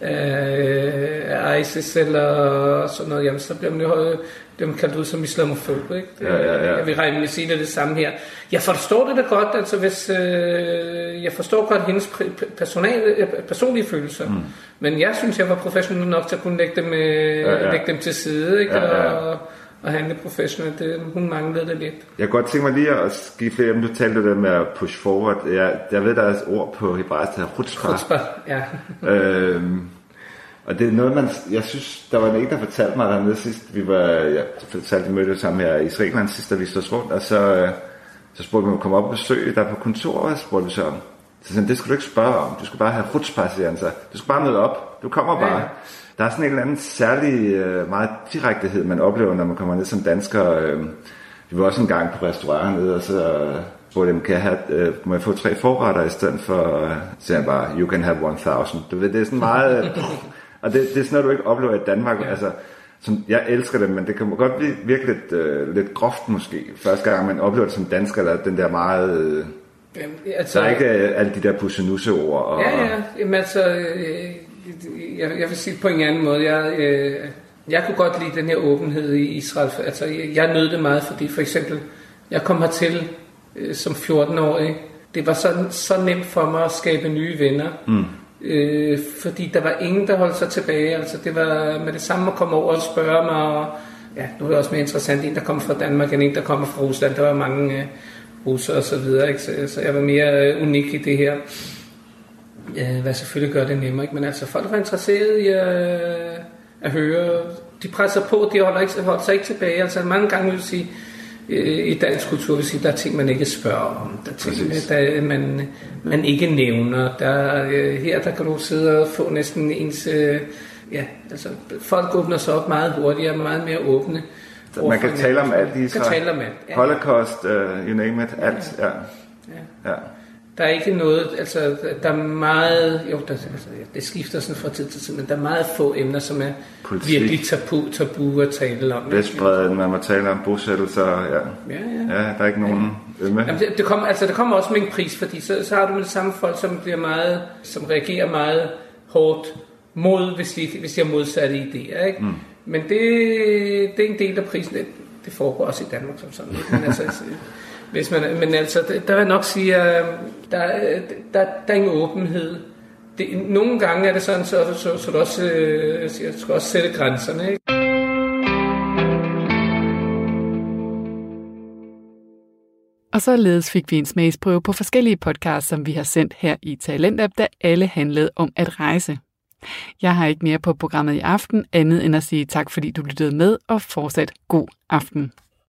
af, af ISIS eller sådan noget, jamen, så bliver man jo øh, dem kaldt ud som islamofob, ikke? Det, Ja, ja, ja. Jeg vil regne med at sige det, er det samme her. Jeg forstår det da godt, altså hvis, øh, jeg forstår godt hendes pri- personale, øh, personlige følelser, mm. men jeg synes, jeg var professionel nok til at kunne lægge dem, øh, ja, Ja, ja. ja. Lægge dem til side, ikke? Ja, ja. Og, og handle professionelt. Det, hun manglede det lidt. Jeg kunne godt tænke mig lige at give flere, men du talte det der med at push forward. Jeg, jeg ved, der er et ord på hebraisk, der hedder chutzpah. Hutspa, ja. øhm, og det er noget, man... Jeg synes, der var en, der fortalte mig dernede sidst. Vi var... Jeg fortalte, vi mødte sammen her i Israelland sidst, da vi stod rundt. Og så, øh, så spurgte vi, om vi komme op og besøge dig på kontoret, spurgte vi så om. Så sagde han, det skal du ikke spørge om. Du skal bare have rutspas, siger han så. Du skal bare møde op. Du kommer bare. Ja. Der er sådan en eller anden særlig øh, meget direktehed, man oplever, når man kommer ned som dansker. Øh, vi var også en gang på restaurant hernede, og så øh, spurgte dem, kan jeg have, øh, må jeg få tre forretter i stedet for, øh, så siger han bare, you can have 1000. Du ved, det er sådan meget, øh, og det, det er sådan noget, du ikke oplever i Danmark. Ja. Altså, som, jeg elsker det, men det kan godt blive virkelig lidt, øh, lidt groft måske, første gang man oplever det som dansker, eller den der meget, øh, Jamen, altså, der er ikke øh, alle de der pussenusse-ord. Og, Ja, ja. Jamen, altså, øh, jeg, jeg vil sige det på en anden måde. Jeg, øh, jeg kunne godt lide den her åbenhed i Israel. For- Altså, jeg, jeg nød det meget, fordi for eksempel, jeg kom hertil øh, som 14-årig. Det var så, så nemt for mig at skabe nye venner. Mm. Øh, fordi der var ingen, der holdt sig tilbage. Altså, det var med det samme at komme over og spørge mig. Og, ja, nu er det også mere interessant, en der kommer fra Danmark, end en der kommer fra Rusland. Der var mange øh, russer og så videre. Ikke? Så, så jeg var mere øh, unik i det her. Øh, hvad selvfølgelig gør det nemmere, ikke? men altså folk var interesseret i øh, at høre. De presser på, de holder, ikke, holder sig ikke tilbage. Altså mange gange vil jeg sige, øh, i dansk kultur vil jeg sige, der er ting, man ikke spørger om. Der er ting, Præcis. der, man, man ikke nævner. Der, er, øh, her der kan du sidde og få næsten ens... Øh, ja, altså folk åbner sig op meget hurtigere, meget mere åbne. Man overfor kan tale om hinanden. alt i øh, Man kan Israel. tale om alt. Ja. Holocaust, uh, you name it, alt. Ja. ja. Der er ikke noget, altså der er meget, jo, der, altså, det skifter sådan fra tid til tid, men der er meget få emner, som er Politik. Politik. virkelig tabu, tabu at tale om. Vestbreden, man må tale om bosættelser, ja. Ja, ja. Ja, der er ikke nogen ømme. Jamen, det, det, kommer, altså, det kommer også med en pris, fordi så, så har du med det samme folk, som, bliver meget, som reagerer meget hårdt mod, hvis de, hvis de har modsatte idéer. Ikke? Mm. Men det, det er en del af prisen. Det, det foregår også i Danmark som sådan. Men altså, hvis man, men altså det- der vil jeg nok sige, øh, at der, er- der, der er ingen åbenhed. Det, nogle gange er det sådan, så, så, så du også, øh, siger, du skal også sætte grænserne. Ikke? Og således fik vi en smagsprøve på forskellige podcasts, som vi har sendt her i Talentlab, der alle handlede om at rejse. Jeg har ikke mere på programmet i aften, andet end at sige tak, fordi du lyttede med, og fortsat god aften.